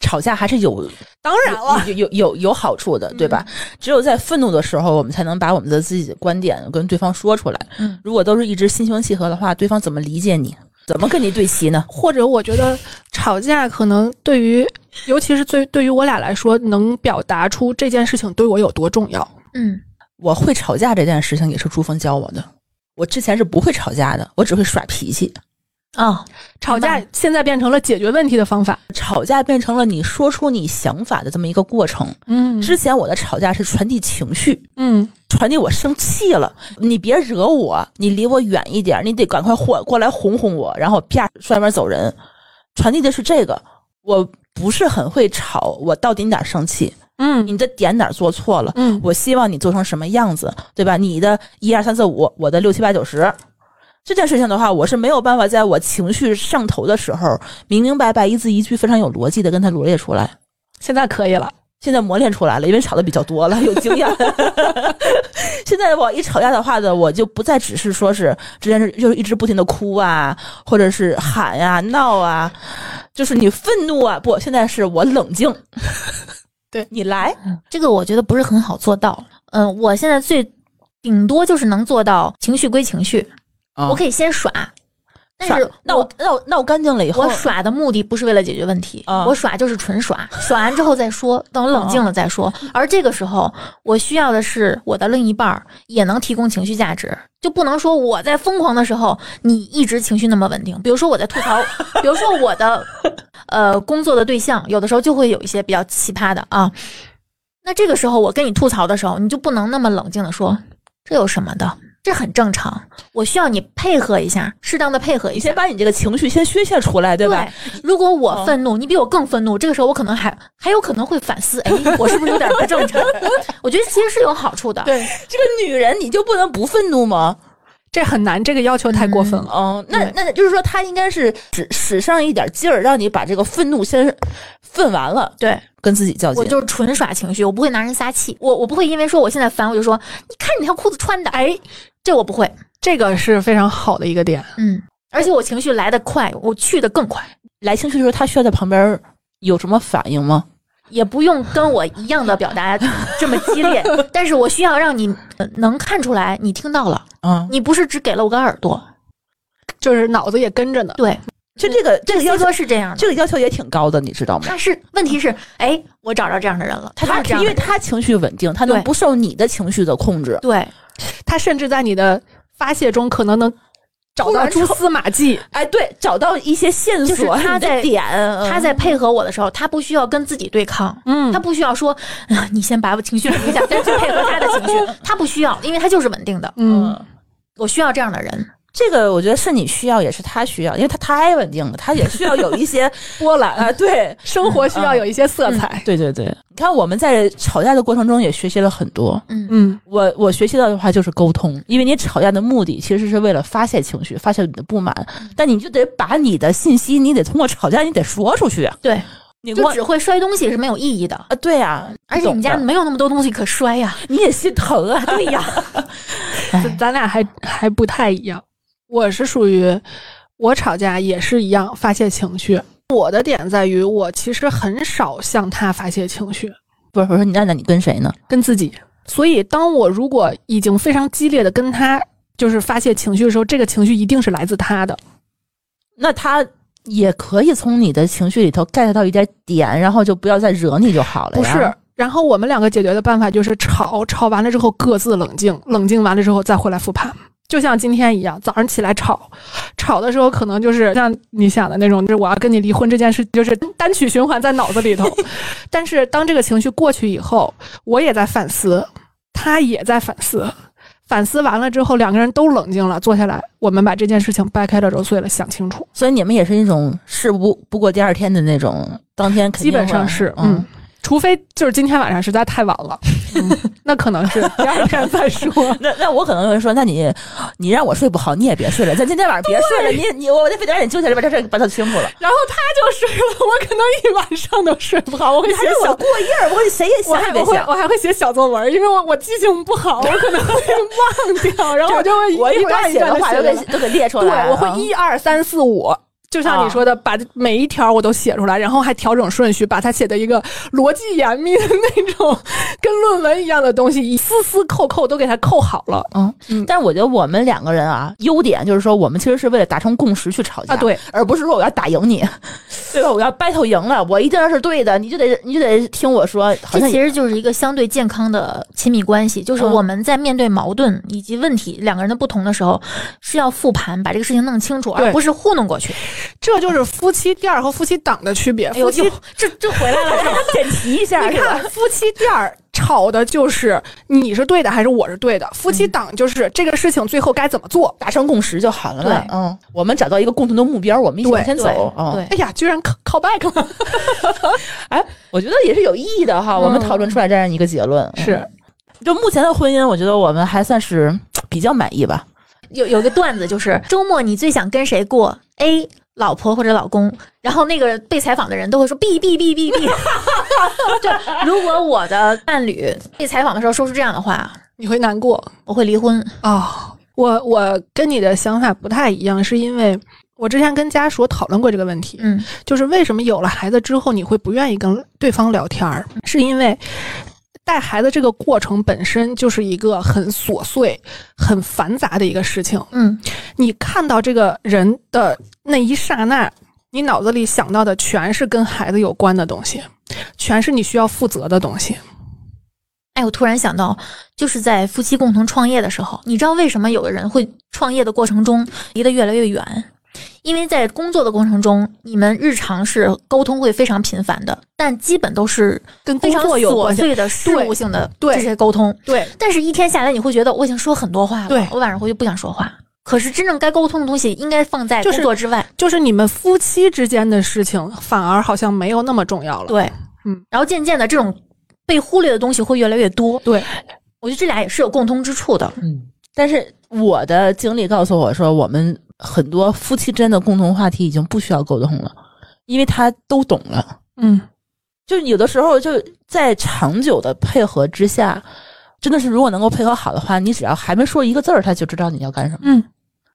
[SPEAKER 2] 吵架还是有
[SPEAKER 4] 当然嗯了，
[SPEAKER 2] 有有有有好处的，对吧？只有在愤怒的时候，我们才能把我们的自己的观点跟对方说出来。
[SPEAKER 3] 嗯
[SPEAKER 2] 如果都是一直心胸契合的话，对方怎么理解你？怎么跟你对齐呢？
[SPEAKER 4] 或者我觉得吵架可能对于，尤其是对对于我俩来说，能表达出这件事情对我有多重要。
[SPEAKER 3] 嗯，
[SPEAKER 2] 我会吵架这件事情也是朱峰教我的。我之前是不会吵架的，我只会耍脾气。
[SPEAKER 3] 哦，
[SPEAKER 4] 吵
[SPEAKER 3] 明
[SPEAKER 4] 架
[SPEAKER 3] 白
[SPEAKER 4] 现在变成了解决问题的方法。
[SPEAKER 2] 吵架变成了你说出你想法的这么一个过程。
[SPEAKER 4] 嗯
[SPEAKER 2] 之前我的吵架是传递情绪，
[SPEAKER 4] 嗯，
[SPEAKER 2] 传递我生气了，你别惹我，你离我远一点，你得赶快过过来哄哄我，然后啪摔门走人，传递的是这个。我不是很会吵，我到底哪儿生气？
[SPEAKER 4] 嗯
[SPEAKER 2] 你的点哪儿做错了？
[SPEAKER 4] 嗯
[SPEAKER 2] 我希望你做成什么样子，对吧？你的一二三四五，我的六七八九十。这件事情的话，我是没有办法在我情绪上头的时候，明明白白、一字一句、非常有逻辑的跟他罗列出来。
[SPEAKER 4] 现在可以了。
[SPEAKER 2] 现在磨练出来了，因为吵的比较多了，有 经验。现在我一吵架的话呢，我就不再只是说是之前是就是一直不停的哭啊，或者是喊啊、闹啊，就是你愤怒啊，不，现在是我冷静。
[SPEAKER 4] 对
[SPEAKER 2] 你来，
[SPEAKER 3] 这个我觉得不是很好做到。嗯，我现在最顶多就是能做到情绪归情绪，
[SPEAKER 2] 啊
[SPEAKER 3] 我可以先耍，但
[SPEAKER 2] 耍
[SPEAKER 3] 是
[SPEAKER 2] 闹闹闹干净了以后，
[SPEAKER 3] 我耍的目的不是为了解决问题，
[SPEAKER 2] 啊
[SPEAKER 3] 我耍就是纯耍，耍完之后再说，等我冷静了再说。
[SPEAKER 2] 啊
[SPEAKER 3] 而这个时候，我需要的是我的另一半儿也能提供情绪价值，就不能说我在疯狂的时候你一直情绪那么稳定。比如说我在 吐槽，比如说我的呃工作的对象，有的时候就会有一些比较奇葩的啊。那这个时候我跟你吐槽的时候，你就不能那么冷静的说，这有什么的，这很正常。我需要你配合一下，适当的配合一
[SPEAKER 2] 你
[SPEAKER 3] 下
[SPEAKER 2] 先。把你这个情绪先宣泄出来，对哦吧？
[SPEAKER 3] 如果我愤怒，你比我更愤怒，这个时候我可能还还有可能会 反思，哎，我是不是有点不正常？我觉得其实是有好处的。
[SPEAKER 4] 对，
[SPEAKER 2] 这个女人你就不能不愤怒吗？
[SPEAKER 4] 这很难，这个要求太过分了。
[SPEAKER 2] 哦，那那就是说，她应该是使使上一点劲儿，让你把这个愤怒先愤完了，
[SPEAKER 3] 对，
[SPEAKER 2] 跟自己较劲。
[SPEAKER 3] 我就是纯耍情绪，我不会拿人撒气，我我不会因为说我现在烦，我就说你看你那条裤子穿的，哎，这我不会，
[SPEAKER 4] 这个是非常好的一个点。
[SPEAKER 3] 嗯，而且我情绪来得快，我去得更快，
[SPEAKER 2] 来情绪的时候，他需要在旁边有什么反应吗？
[SPEAKER 3] 也不用跟我一样的 表达这么激烈，但是我需要让你呃能看出来你听到了，
[SPEAKER 2] 啊，
[SPEAKER 3] 你不是只给了我个耳朵，
[SPEAKER 4] 就是脑子也跟着呢。
[SPEAKER 3] 对，
[SPEAKER 2] 就这个这个要
[SPEAKER 3] 西
[SPEAKER 2] 求
[SPEAKER 3] 哥，是这样的。
[SPEAKER 2] 这个要求也挺高的，你知道吗？
[SPEAKER 3] 他是问题是，哎，我找着这样的人了，他就是这样
[SPEAKER 2] 因
[SPEAKER 3] 的
[SPEAKER 2] 为
[SPEAKER 3] 人，
[SPEAKER 2] 他情绪稳定，他能
[SPEAKER 3] 对
[SPEAKER 2] 不受你的情绪的控制。
[SPEAKER 3] 对，
[SPEAKER 4] 他甚至在你的发泄中可能能找
[SPEAKER 2] 突
[SPEAKER 4] 到
[SPEAKER 2] 然
[SPEAKER 4] 蛛
[SPEAKER 2] 抽
[SPEAKER 4] 丝马迹。
[SPEAKER 2] 哎，对，找到一些线
[SPEAKER 3] 就是
[SPEAKER 2] 索，
[SPEAKER 3] 他
[SPEAKER 2] 你的
[SPEAKER 3] 在
[SPEAKER 2] 点，
[SPEAKER 3] 他在配合我的时候，他不需要跟自己对抗，
[SPEAKER 4] 嗯
[SPEAKER 3] 他不需要说，啊你先把我情绪理一下，再去配合他的情绪，他不需要，因为他就是稳定的。
[SPEAKER 4] 嗯，
[SPEAKER 3] 我需要这样的人，
[SPEAKER 2] 这个我觉得是你需要，也是他需要，因为他太稳定了，他也需要有一些 波澜啊。对，
[SPEAKER 4] 生活需要有一些色彩。
[SPEAKER 2] 对对对，你看我们在吵架的过程中也学习了很多。
[SPEAKER 4] 嗯，
[SPEAKER 2] 我我学习到的话就是沟通，因为你吵架的目的其实是为了发泄情绪，发泄你的不满，但你就得把你的信息，你得通过吵架，你得说出去啊。
[SPEAKER 3] 对，
[SPEAKER 2] 你
[SPEAKER 3] 就
[SPEAKER 2] 光
[SPEAKER 3] 只会摔东西是没有意义的。
[SPEAKER 2] 啊，对呀、
[SPEAKER 3] 嗯而且你家
[SPEAKER 2] 懂的
[SPEAKER 3] 没有那么多东西可摔呀、
[SPEAKER 2] 你也心疼啊，对呀、
[SPEAKER 3] 哎
[SPEAKER 4] 咱咱俩还还不太一样。我是属于我吵架也是一样发泄情绪。我的点在于，我其实很少向他发泄情绪，
[SPEAKER 2] 不是，我说你娜娜，你跟谁呢？
[SPEAKER 4] 跟自己。所以，当我如果已经非常激烈的跟他就是发泄情绪的时候，这个情绪一定是来自他的。
[SPEAKER 2] 那他也可以从你的情绪里头 get 到一点点，然后就不要再惹你就好了
[SPEAKER 4] 不
[SPEAKER 2] 呀。
[SPEAKER 4] 是。然后我们两个解决的办法就是吵，吵完了之后各自冷静，冷静完了之后再回来复盘。就像今天一样，早上起来吵，吵的时候可能就是像你想的那种，就是我要跟你离婚这件事，就是单曲循环在脑 子里头。但是当这个情绪过去以后，我也在反思，他也在反思，反思完了之后，两个人都冷静了，坐下来，我们把这件事情掰开了揉碎了想清楚。
[SPEAKER 2] 所以你们也是一种事不不过第二天的那种，当天肯定
[SPEAKER 4] 基本上
[SPEAKER 2] 会
[SPEAKER 4] 是
[SPEAKER 2] 嗯。
[SPEAKER 4] 嗯。除非就是今天晚上实在太晚 了，那可能是第二天再说
[SPEAKER 2] 那那我可能会说，那你你让我睡不好，你也别睡了，咱今天晚上别睡了，你你我得费点眼睛起来把这事儿把它清楚了。
[SPEAKER 4] 然后他就睡了，我可能一晚上都睡不好，我会
[SPEAKER 2] 你还
[SPEAKER 4] 写
[SPEAKER 2] 让我
[SPEAKER 4] 小，
[SPEAKER 2] 过夜，我跟你谁也想
[SPEAKER 4] 我还
[SPEAKER 2] 也
[SPEAKER 4] 我
[SPEAKER 2] 别
[SPEAKER 4] 会
[SPEAKER 2] 想。
[SPEAKER 4] 我还会写小作文，因为我我记性不好，我可能会忘掉，然后我就会
[SPEAKER 2] 我一
[SPEAKER 4] 一段
[SPEAKER 2] 般
[SPEAKER 4] 一
[SPEAKER 2] 写
[SPEAKER 4] 段
[SPEAKER 2] 的
[SPEAKER 4] 的
[SPEAKER 2] 话
[SPEAKER 4] 写
[SPEAKER 2] 都
[SPEAKER 4] 下
[SPEAKER 2] 给
[SPEAKER 4] 来。
[SPEAKER 2] 都给列出
[SPEAKER 4] 对
[SPEAKER 2] 来，，啊嗯
[SPEAKER 4] 我会一二三四五，就像你说的，把每一条我都写出来，然后还调整顺序，把它写的一个逻辑严密的那种， 跟论文一样的东西，一丝丝扣扣都给它扣好了
[SPEAKER 2] 嗯，但是我觉得我们两个人啊，优点就是说，我们其实是为了达成共识去吵架，
[SPEAKER 4] 啊！，对，
[SPEAKER 2] 而不是说我要打赢你， 对吧？我要 battle 赢了，我一定要是对的，你就得你就得听我说，好
[SPEAKER 3] 这
[SPEAKER 2] 像
[SPEAKER 3] 其
[SPEAKER 2] 也
[SPEAKER 3] 实就是一个相对健康的亲密关系，就是
[SPEAKER 2] 嗯
[SPEAKER 3] 我们在面对矛盾以及问题、两个人的不同的时候，是要复盘，把这个事情弄清楚，
[SPEAKER 4] 对
[SPEAKER 3] 而不是糊弄过去。
[SPEAKER 4] 这就是夫妻店儿和夫妻档的区别。
[SPEAKER 3] 哎呦
[SPEAKER 4] 夫妻
[SPEAKER 3] 呦，这这回来了，
[SPEAKER 2] 剪辑一下，
[SPEAKER 4] 你
[SPEAKER 2] 是吧
[SPEAKER 4] 看夫妻店儿吵的就是你是对的还是我是对的，夫妻档就是这个事情最后该怎么做。
[SPEAKER 2] 达成共识就好了嘛
[SPEAKER 3] 对。
[SPEAKER 2] 嗯，我们找到一个共同的目标，我们一起往前
[SPEAKER 3] 对
[SPEAKER 2] 走。嗯，
[SPEAKER 3] 对
[SPEAKER 4] 哎呀，居然 call call back 了，
[SPEAKER 2] 我觉得也是有意义的哈。我们讨论出来这样一个结论，嗯
[SPEAKER 4] 是
[SPEAKER 2] 就目前的婚姻，我觉得我们还算是比较满意吧。
[SPEAKER 3] 有有个段子就是周末你最想跟谁过？A 老婆或者老公，然后那个被采访的人都会说 B B B B B。对，如果我的伴侣被采访的时候说出这样的话，
[SPEAKER 4] 你会难过。
[SPEAKER 3] 我会离婚。
[SPEAKER 4] 哦，我我跟你的想法不太一样，是因为我之前跟家属讨论过这个问题，
[SPEAKER 3] 嗯
[SPEAKER 4] 就是为什么有了孩子之后你会不愿意跟对方聊天儿，是因为。带孩子这个过程本身就是一个很琐碎、很繁杂的一个事情。
[SPEAKER 3] 嗯，
[SPEAKER 4] 你看到这个人的那一刹那，你脑子里想到的全是跟孩子有关的东西，全是你需要负责的东西。
[SPEAKER 3] 哎，我突然想到，就是在夫妻共同创业的时候，你知道为什么有的人会创业的过程中离得越来越远？因为在工作的过程中，你们日常是沟通会非常频繁的，但基本都是
[SPEAKER 4] 跟工
[SPEAKER 3] 非常
[SPEAKER 4] 作有
[SPEAKER 3] 琐
[SPEAKER 4] 关系。
[SPEAKER 3] 碎的事务性的
[SPEAKER 4] 对
[SPEAKER 3] 这些沟通。
[SPEAKER 4] 对，
[SPEAKER 3] 但是，一天下来，你会觉得我已经说很多话了，
[SPEAKER 4] 对
[SPEAKER 3] 我晚上回去不想说话。可是，真正该沟通的东西应该放在
[SPEAKER 4] 就
[SPEAKER 3] 工
[SPEAKER 4] 是
[SPEAKER 3] 作之外。
[SPEAKER 4] 就是你们夫妻之间的事情，反而好像没有那么重要了。
[SPEAKER 3] 对，
[SPEAKER 4] 嗯。
[SPEAKER 3] 然后渐渐的，这种被忽略的东西会越来越多。
[SPEAKER 4] 对，
[SPEAKER 3] 我觉得这俩也是有共通之处的。
[SPEAKER 2] 嗯，但是我的经历告诉我说，我们很多夫妻之间的共同话题已经不需要沟通了，因为他都懂了。
[SPEAKER 4] 嗯，
[SPEAKER 2] 就有的时候就在长久的配合之下，真的是如果能够配合好的话，你只要还没说一个字儿，他就知道你要干什么。
[SPEAKER 4] 嗯，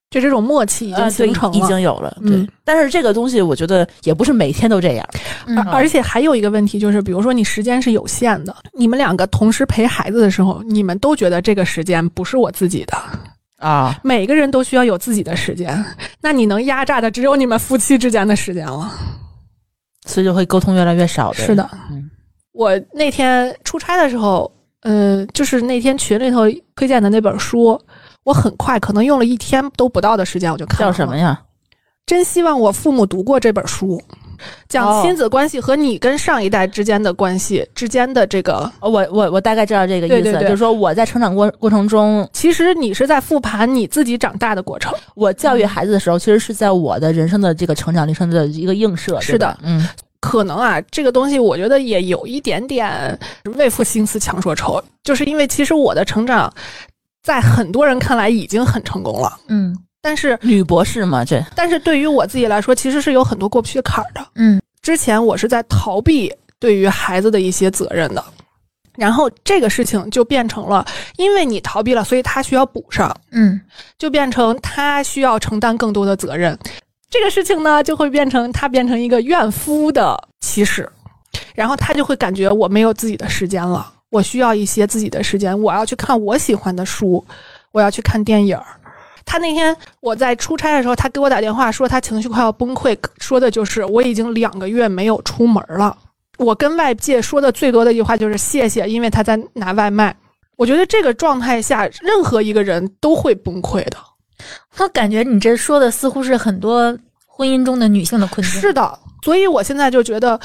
[SPEAKER 4] 就这种默契已经
[SPEAKER 2] 呃对
[SPEAKER 4] 形成了。
[SPEAKER 2] 已经有了，对。
[SPEAKER 4] 嗯
[SPEAKER 2] 但是这个东西，我觉得也不是每天都这样。
[SPEAKER 3] 嗯
[SPEAKER 4] 而而且还有一个问题就是，比如说你时间是有限的，你们两个同时陪孩子的时候，你们都觉得这个时间不是我自己的，
[SPEAKER 2] 啊，
[SPEAKER 4] 每个人都需要有自己的时间，那你能压榨的只有你们夫妻之间的时间了。
[SPEAKER 2] 所以就会沟通越来越少。对
[SPEAKER 4] 是的，
[SPEAKER 2] 嗯
[SPEAKER 4] 我那天出差的时候，嗯，就是那天群里头推荐的那本书，我很快可能用了一天都不到的时间，我就看
[SPEAKER 2] 叫
[SPEAKER 4] 完
[SPEAKER 2] 什
[SPEAKER 4] 了
[SPEAKER 2] 么呀？
[SPEAKER 4] 真希望我父母读过这本书，讲
[SPEAKER 2] 哦
[SPEAKER 4] 亲子关系和你跟上一代之间的关系之间的这个。
[SPEAKER 2] 哦我我我大概知道这个意思，
[SPEAKER 4] 对对对
[SPEAKER 2] 就是说我在成长过过程中，
[SPEAKER 4] 其实你是在复盘你自己长大的过程，
[SPEAKER 2] 我教育孩子的时候，其实是在我的人生的这个成长历程的一个映射。对
[SPEAKER 4] 是的
[SPEAKER 2] 吧，嗯，
[SPEAKER 4] 可能啊，这个东西我觉得也有一点点为赋新词强说愁，就是因为其实我的成长，在很多人看来已经很成功了，
[SPEAKER 3] 嗯
[SPEAKER 4] 但是
[SPEAKER 2] 女博士嘛，这
[SPEAKER 4] 但是对于我自己来说，其实是有很多过不去的坎儿的。
[SPEAKER 3] 嗯
[SPEAKER 4] 之前我是在逃避对于孩子的一些责任的，然后这个事情就变成了，因为你逃避了，所以他需要补上，
[SPEAKER 3] 嗯
[SPEAKER 4] 就变成他需要承担更多的责任。这个事情呢，就会变成他变成一个怨夫的起始，然后他就会感觉我没有自己的时间了，我需要一些自己的时间，我要去看我喜欢的书，我要去看电影儿。他那天我在出差的时候，他给我打电话说他情绪快要崩溃，说的就是我已经两个月没有出门了。我跟外界说的最多的一句话就是谢谢，因为他在拿外卖。我觉得这个状态下，任何一个人都会崩溃的。
[SPEAKER 3] 我感觉你这说的似乎是很多婚姻中的女性的困境。
[SPEAKER 4] 是的，所以我现在就觉得，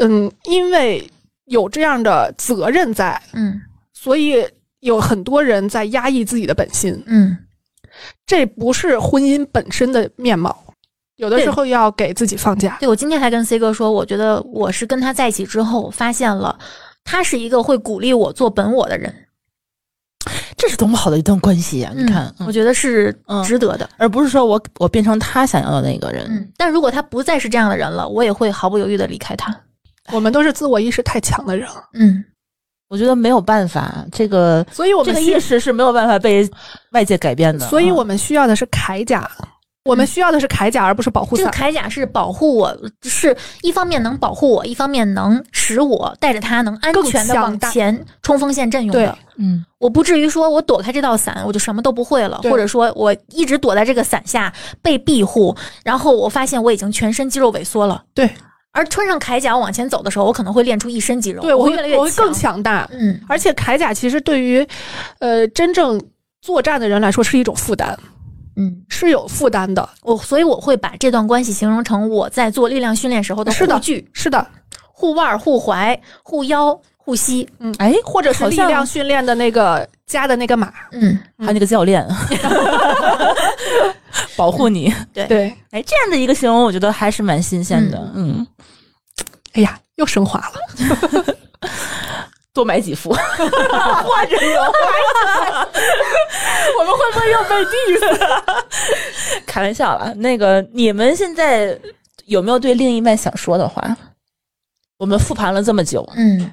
[SPEAKER 4] 嗯，因为有这样的责任在，
[SPEAKER 3] 嗯
[SPEAKER 4] 所以有很多人在压抑自己的本心，
[SPEAKER 3] 嗯
[SPEAKER 4] 这不是婚姻本身的面貌。有的时候要给自己放假。
[SPEAKER 3] 对我今天还跟 C 哥说，我觉得我是跟他在一起之后，我发现了他是一个会鼓励我做本我的人。
[SPEAKER 2] 这是多么好的一段关系呀、你看，
[SPEAKER 3] 嗯
[SPEAKER 2] 嗯
[SPEAKER 3] 我觉得是
[SPEAKER 2] 嗯
[SPEAKER 3] 值得的。
[SPEAKER 2] 而不是说我我变成他想要的那个人。
[SPEAKER 3] 嗯，但如果他不再是这样的人了，我也会毫不犹豫的离开他。
[SPEAKER 4] 我们都是自我意识太强的人，
[SPEAKER 3] 嗯，
[SPEAKER 2] 我觉得没有办法，这个
[SPEAKER 4] 所以我
[SPEAKER 2] 这
[SPEAKER 4] 们
[SPEAKER 2] 个
[SPEAKER 4] 需
[SPEAKER 2] 意识是没有办法被外界改变的。
[SPEAKER 4] 所以
[SPEAKER 2] 嗯
[SPEAKER 4] 我们需要的是铠甲，我们需要的是铠甲，而不是保护
[SPEAKER 3] 这个
[SPEAKER 4] 伞。
[SPEAKER 3] 铠甲是保护我，是一方面能保护我，一方面能使我带着它能安
[SPEAKER 4] 更
[SPEAKER 3] 全的往
[SPEAKER 4] 强大
[SPEAKER 3] 前冲锋陷阵用
[SPEAKER 4] 对
[SPEAKER 3] 的。，
[SPEAKER 2] 嗯，
[SPEAKER 3] 我不至于说我躲开这道伞，我就什么都不会了，
[SPEAKER 4] 对
[SPEAKER 3] 或者说我一直躲在这个伞下被庇护，然后我发现我已经全身肌肉萎缩了。
[SPEAKER 4] 对，
[SPEAKER 3] 而穿上铠甲往前走的时候，我可能会练出一身肌肉，
[SPEAKER 4] 对
[SPEAKER 3] 我会
[SPEAKER 4] 我
[SPEAKER 3] 越来越
[SPEAKER 4] 我会更。强大。
[SPEAKER 3] 嗯，
[SPEAKER 4] 而且铠甲其实对于，呃，真正作战的人来说是一种负担，
[SPEAKER 3] 嗯，
[SPEAKER 4] 是有负担的。
[SPEAKER 3] 我所以我会把这段关系形容成我在做力量训练时候的
[SPEAKER 4] 是的
[SPEAKER 3] 护具、
[SPEAKER 4] 是的，
[SPEAKER 3] 护腕儿、护踝、护腰、护膝。
[SPEAKER 2] 哎，
[SPEAKER 4] 或嗯者是
[SPEAKER 2] 好
[SPEAKER 4] 力
[SPEAKER 2] 像
[SPEAKER 4] 量训练的那个加的那个码。
[SPEAKER 3] 嗯，
[SPEAKER 2] 还有那个教 练保护你。
[SPEAKER 4] 对，
[SPEAKER 2] 哎，这样的一个形容，我觉得还是蛮新鲜的。嗯，
[SPEAKER 4] 哎呀，又升华了。
[SPEAKER 2] 多买几 副，或者有，我们会不会又被 diss？开 玩笑了。那个，你们现在有没有对另一半想说的话？我们复盘了这么久，
[SPEAKER 3] 嗯，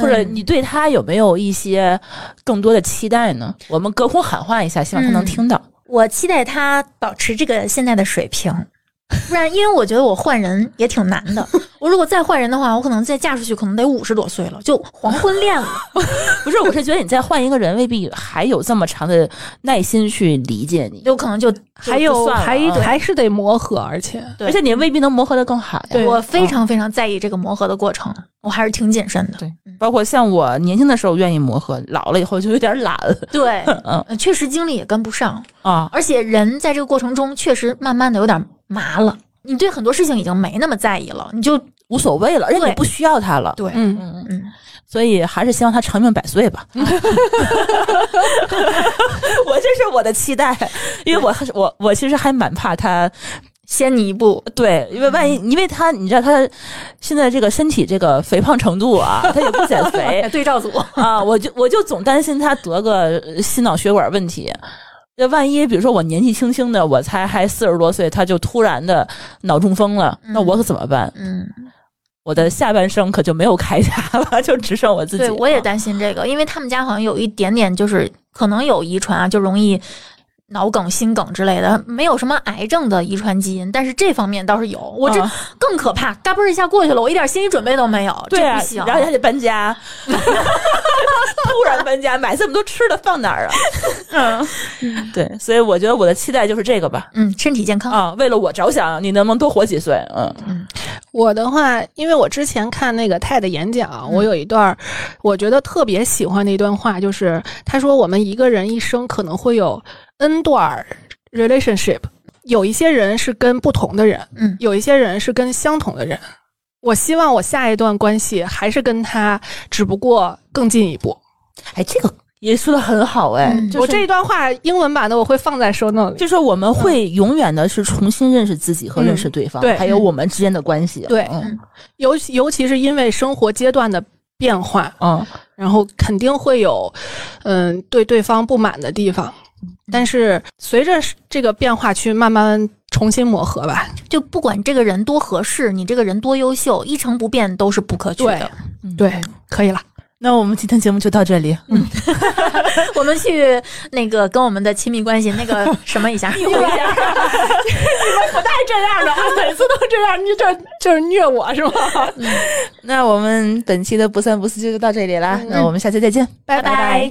[SPEAKER 2] 或者
[SPEAKER 3] 嗯
[SPEAKER 2] 你对他有没有一些更多的期待呢？我们隔空喊话一下，希望他能听到。
[SPEAKER 3] 我期待他保持这个现在的水平，不然因为我觉得我换人也挺难 的。我如果再换人的话，我可能再嫁出去，可能得五十多岁了，就黄昏恋 了。
[SPEAKER 2] 不是，我是觉得你再换一个人，未必还有这么长的耐心去理解你，
[SPEAKER 3] 有可能就
[SPEAKER 4] 还有
[SPEAKER 2] 算了
[SPEAKER 4] 还
[SPEAKER 2] 啊
[SPEAKER 4] 还是得磨合，而且
[SPEAKER 3] 对
[SPEAKER 2] 而且你未必能磨合的更好呀。
[SPEAKER 4] 对
[SPEAKER 3] 我非常非常在意这个磨合的过程，我还是挺谨慎的。
[SPEAKER 2] 包括像我年轻的时候愿意磨合，老了以后就有点懒了
[SPEAKER 3] 对，
[SPEAKER 2] 嗯
[SPEAKER 3] 呃 确实精力也跟不上，
[SPEAKER 2] 啊。
[SPEAKER 3] 而且人在这个过程中确实慢慢的有点麻了，你对很多事情已经没那么在意了，你就
[SPEAKER 2] 无所谓了，而且
[SPEAKER 3] 对
[SPEAKER 2] 你不需要他了，
[SPEAKER 3] 对，
[SPEAKER 4] 嗯，
[SPEAKER 3] 嗯，
[SPEAKER 2] 所以还是希望他长命百岁吧。我这是我的期待，因为我还是我我其实还蛮怕他
[SPEAKER 3] 先你一步，
[SPEAKER 2] 对，因为万一，因为他，你知道他现在这个身体这个肥胖程度啊，他也不减
[SPEAKER 4] 哎
[SPEAKER 2] 肥
[SPEAKER 3] 对照组，
[SPEAKER 2] 啊，我就我就总担心他得个呃心脑血管问题。那万一，比如说我年纪轻轻的，我才还四十多岁，他就突然的脑中风了，那我可怎么办？
[SPEAKER 3] 嗯。
[SPEAKER 2] 我的下半生可就没有铠甲了， 就只剩我自己
[SPEAKER 3] 对，
[SPEAKER 2] 了。
[SPEAKER 3] 我也担心这个，因为他们家好像有一点点，就是可能有遗传啊，就容易脑梗、心梗之类的，没有什么癌症的遗传基因，但是这方面倒是有。我这
[SPEAKER 2] 嗯
[SPEAKER 3] 更可怕，嘎嘣儿一下过去了，我一点心理准备都没有，
[SPEAKER 2] 对
[SPEAKER 3] 这
[SPEAKER 2] 啊
[SPEAKER 3] 不，行。嗯
[SPEAKER 2] 然后还得搬 家，突然搬家，买这么多吃的放哪儿 啊？嗯，对，所以我觉得我的期待就是这个吧。
[SPEAKER 3] 嗯，身体健康，
[SPEAKER 2] 啊，为了我着想，你能不能多活几岁？嗯，
[SPEAKER 4] 我的话，因为我之前看那个泰的演讲，
[SPEAKER 2] 嗯
[SPEAKER 4] 我有一段儿我觉得特别喜欢的一段话，就是他说我们一个人一生可能会有 n 段儿 relationship，有一些人是跟不同的人，
[SPEAKER 3] 嗯
[SPEAKER 4] 有一些人是跟相同的人。我希望我下一段关系还是跟他，只不过更进一步。
[SPEAKER 2] 哎，这个也说的很好哎，
[SPEAKER 3] 嗯
[SPEAKER 2] 就是
[SPEAKER 4] 我这一段话英文版的我会放在 show note 里。
[SPEAKER 2] 就是我们会永远的是重新认识自己和认识嗯对方，
[SPEAKER 4] 嗯对
[SPEAKER 2] 还有我们之间的关系。
[SPEAKER 4] 对
[SPEAKER 2] 嗯
[SPEAKER 4] 尤其尤其是因为生活阶段的变化，
[SPEAKER 2] 嗯，
[SPEAKER 4] 然后肯定会有，嗯，对对方不满的地方，但是随着这个变化去慢慢重新磨合吧。
[SPEAKER 3] 就不管这个人多合适，你这个人多优秀，一成不变都是不可取的。
[SPEAKER 4] 对，可以了。
[SPEAKER 2] 那我们今天节目就到这里，
[SPEAKER 3] 我们去那个跟我们的亲密关系那个什么一 下，
[SPEAKER 2] 回家
[SPEAKER 4] 这样的， 每次都这样，你这就是虐我是吗？
[SPEAKER 2] 那我们本期的不三不四就到这里啦，
[SPEAKER 4] 嗯
[SPEAKER 2] 那我们下期再见。
[SPEAKER 3] 拜拜。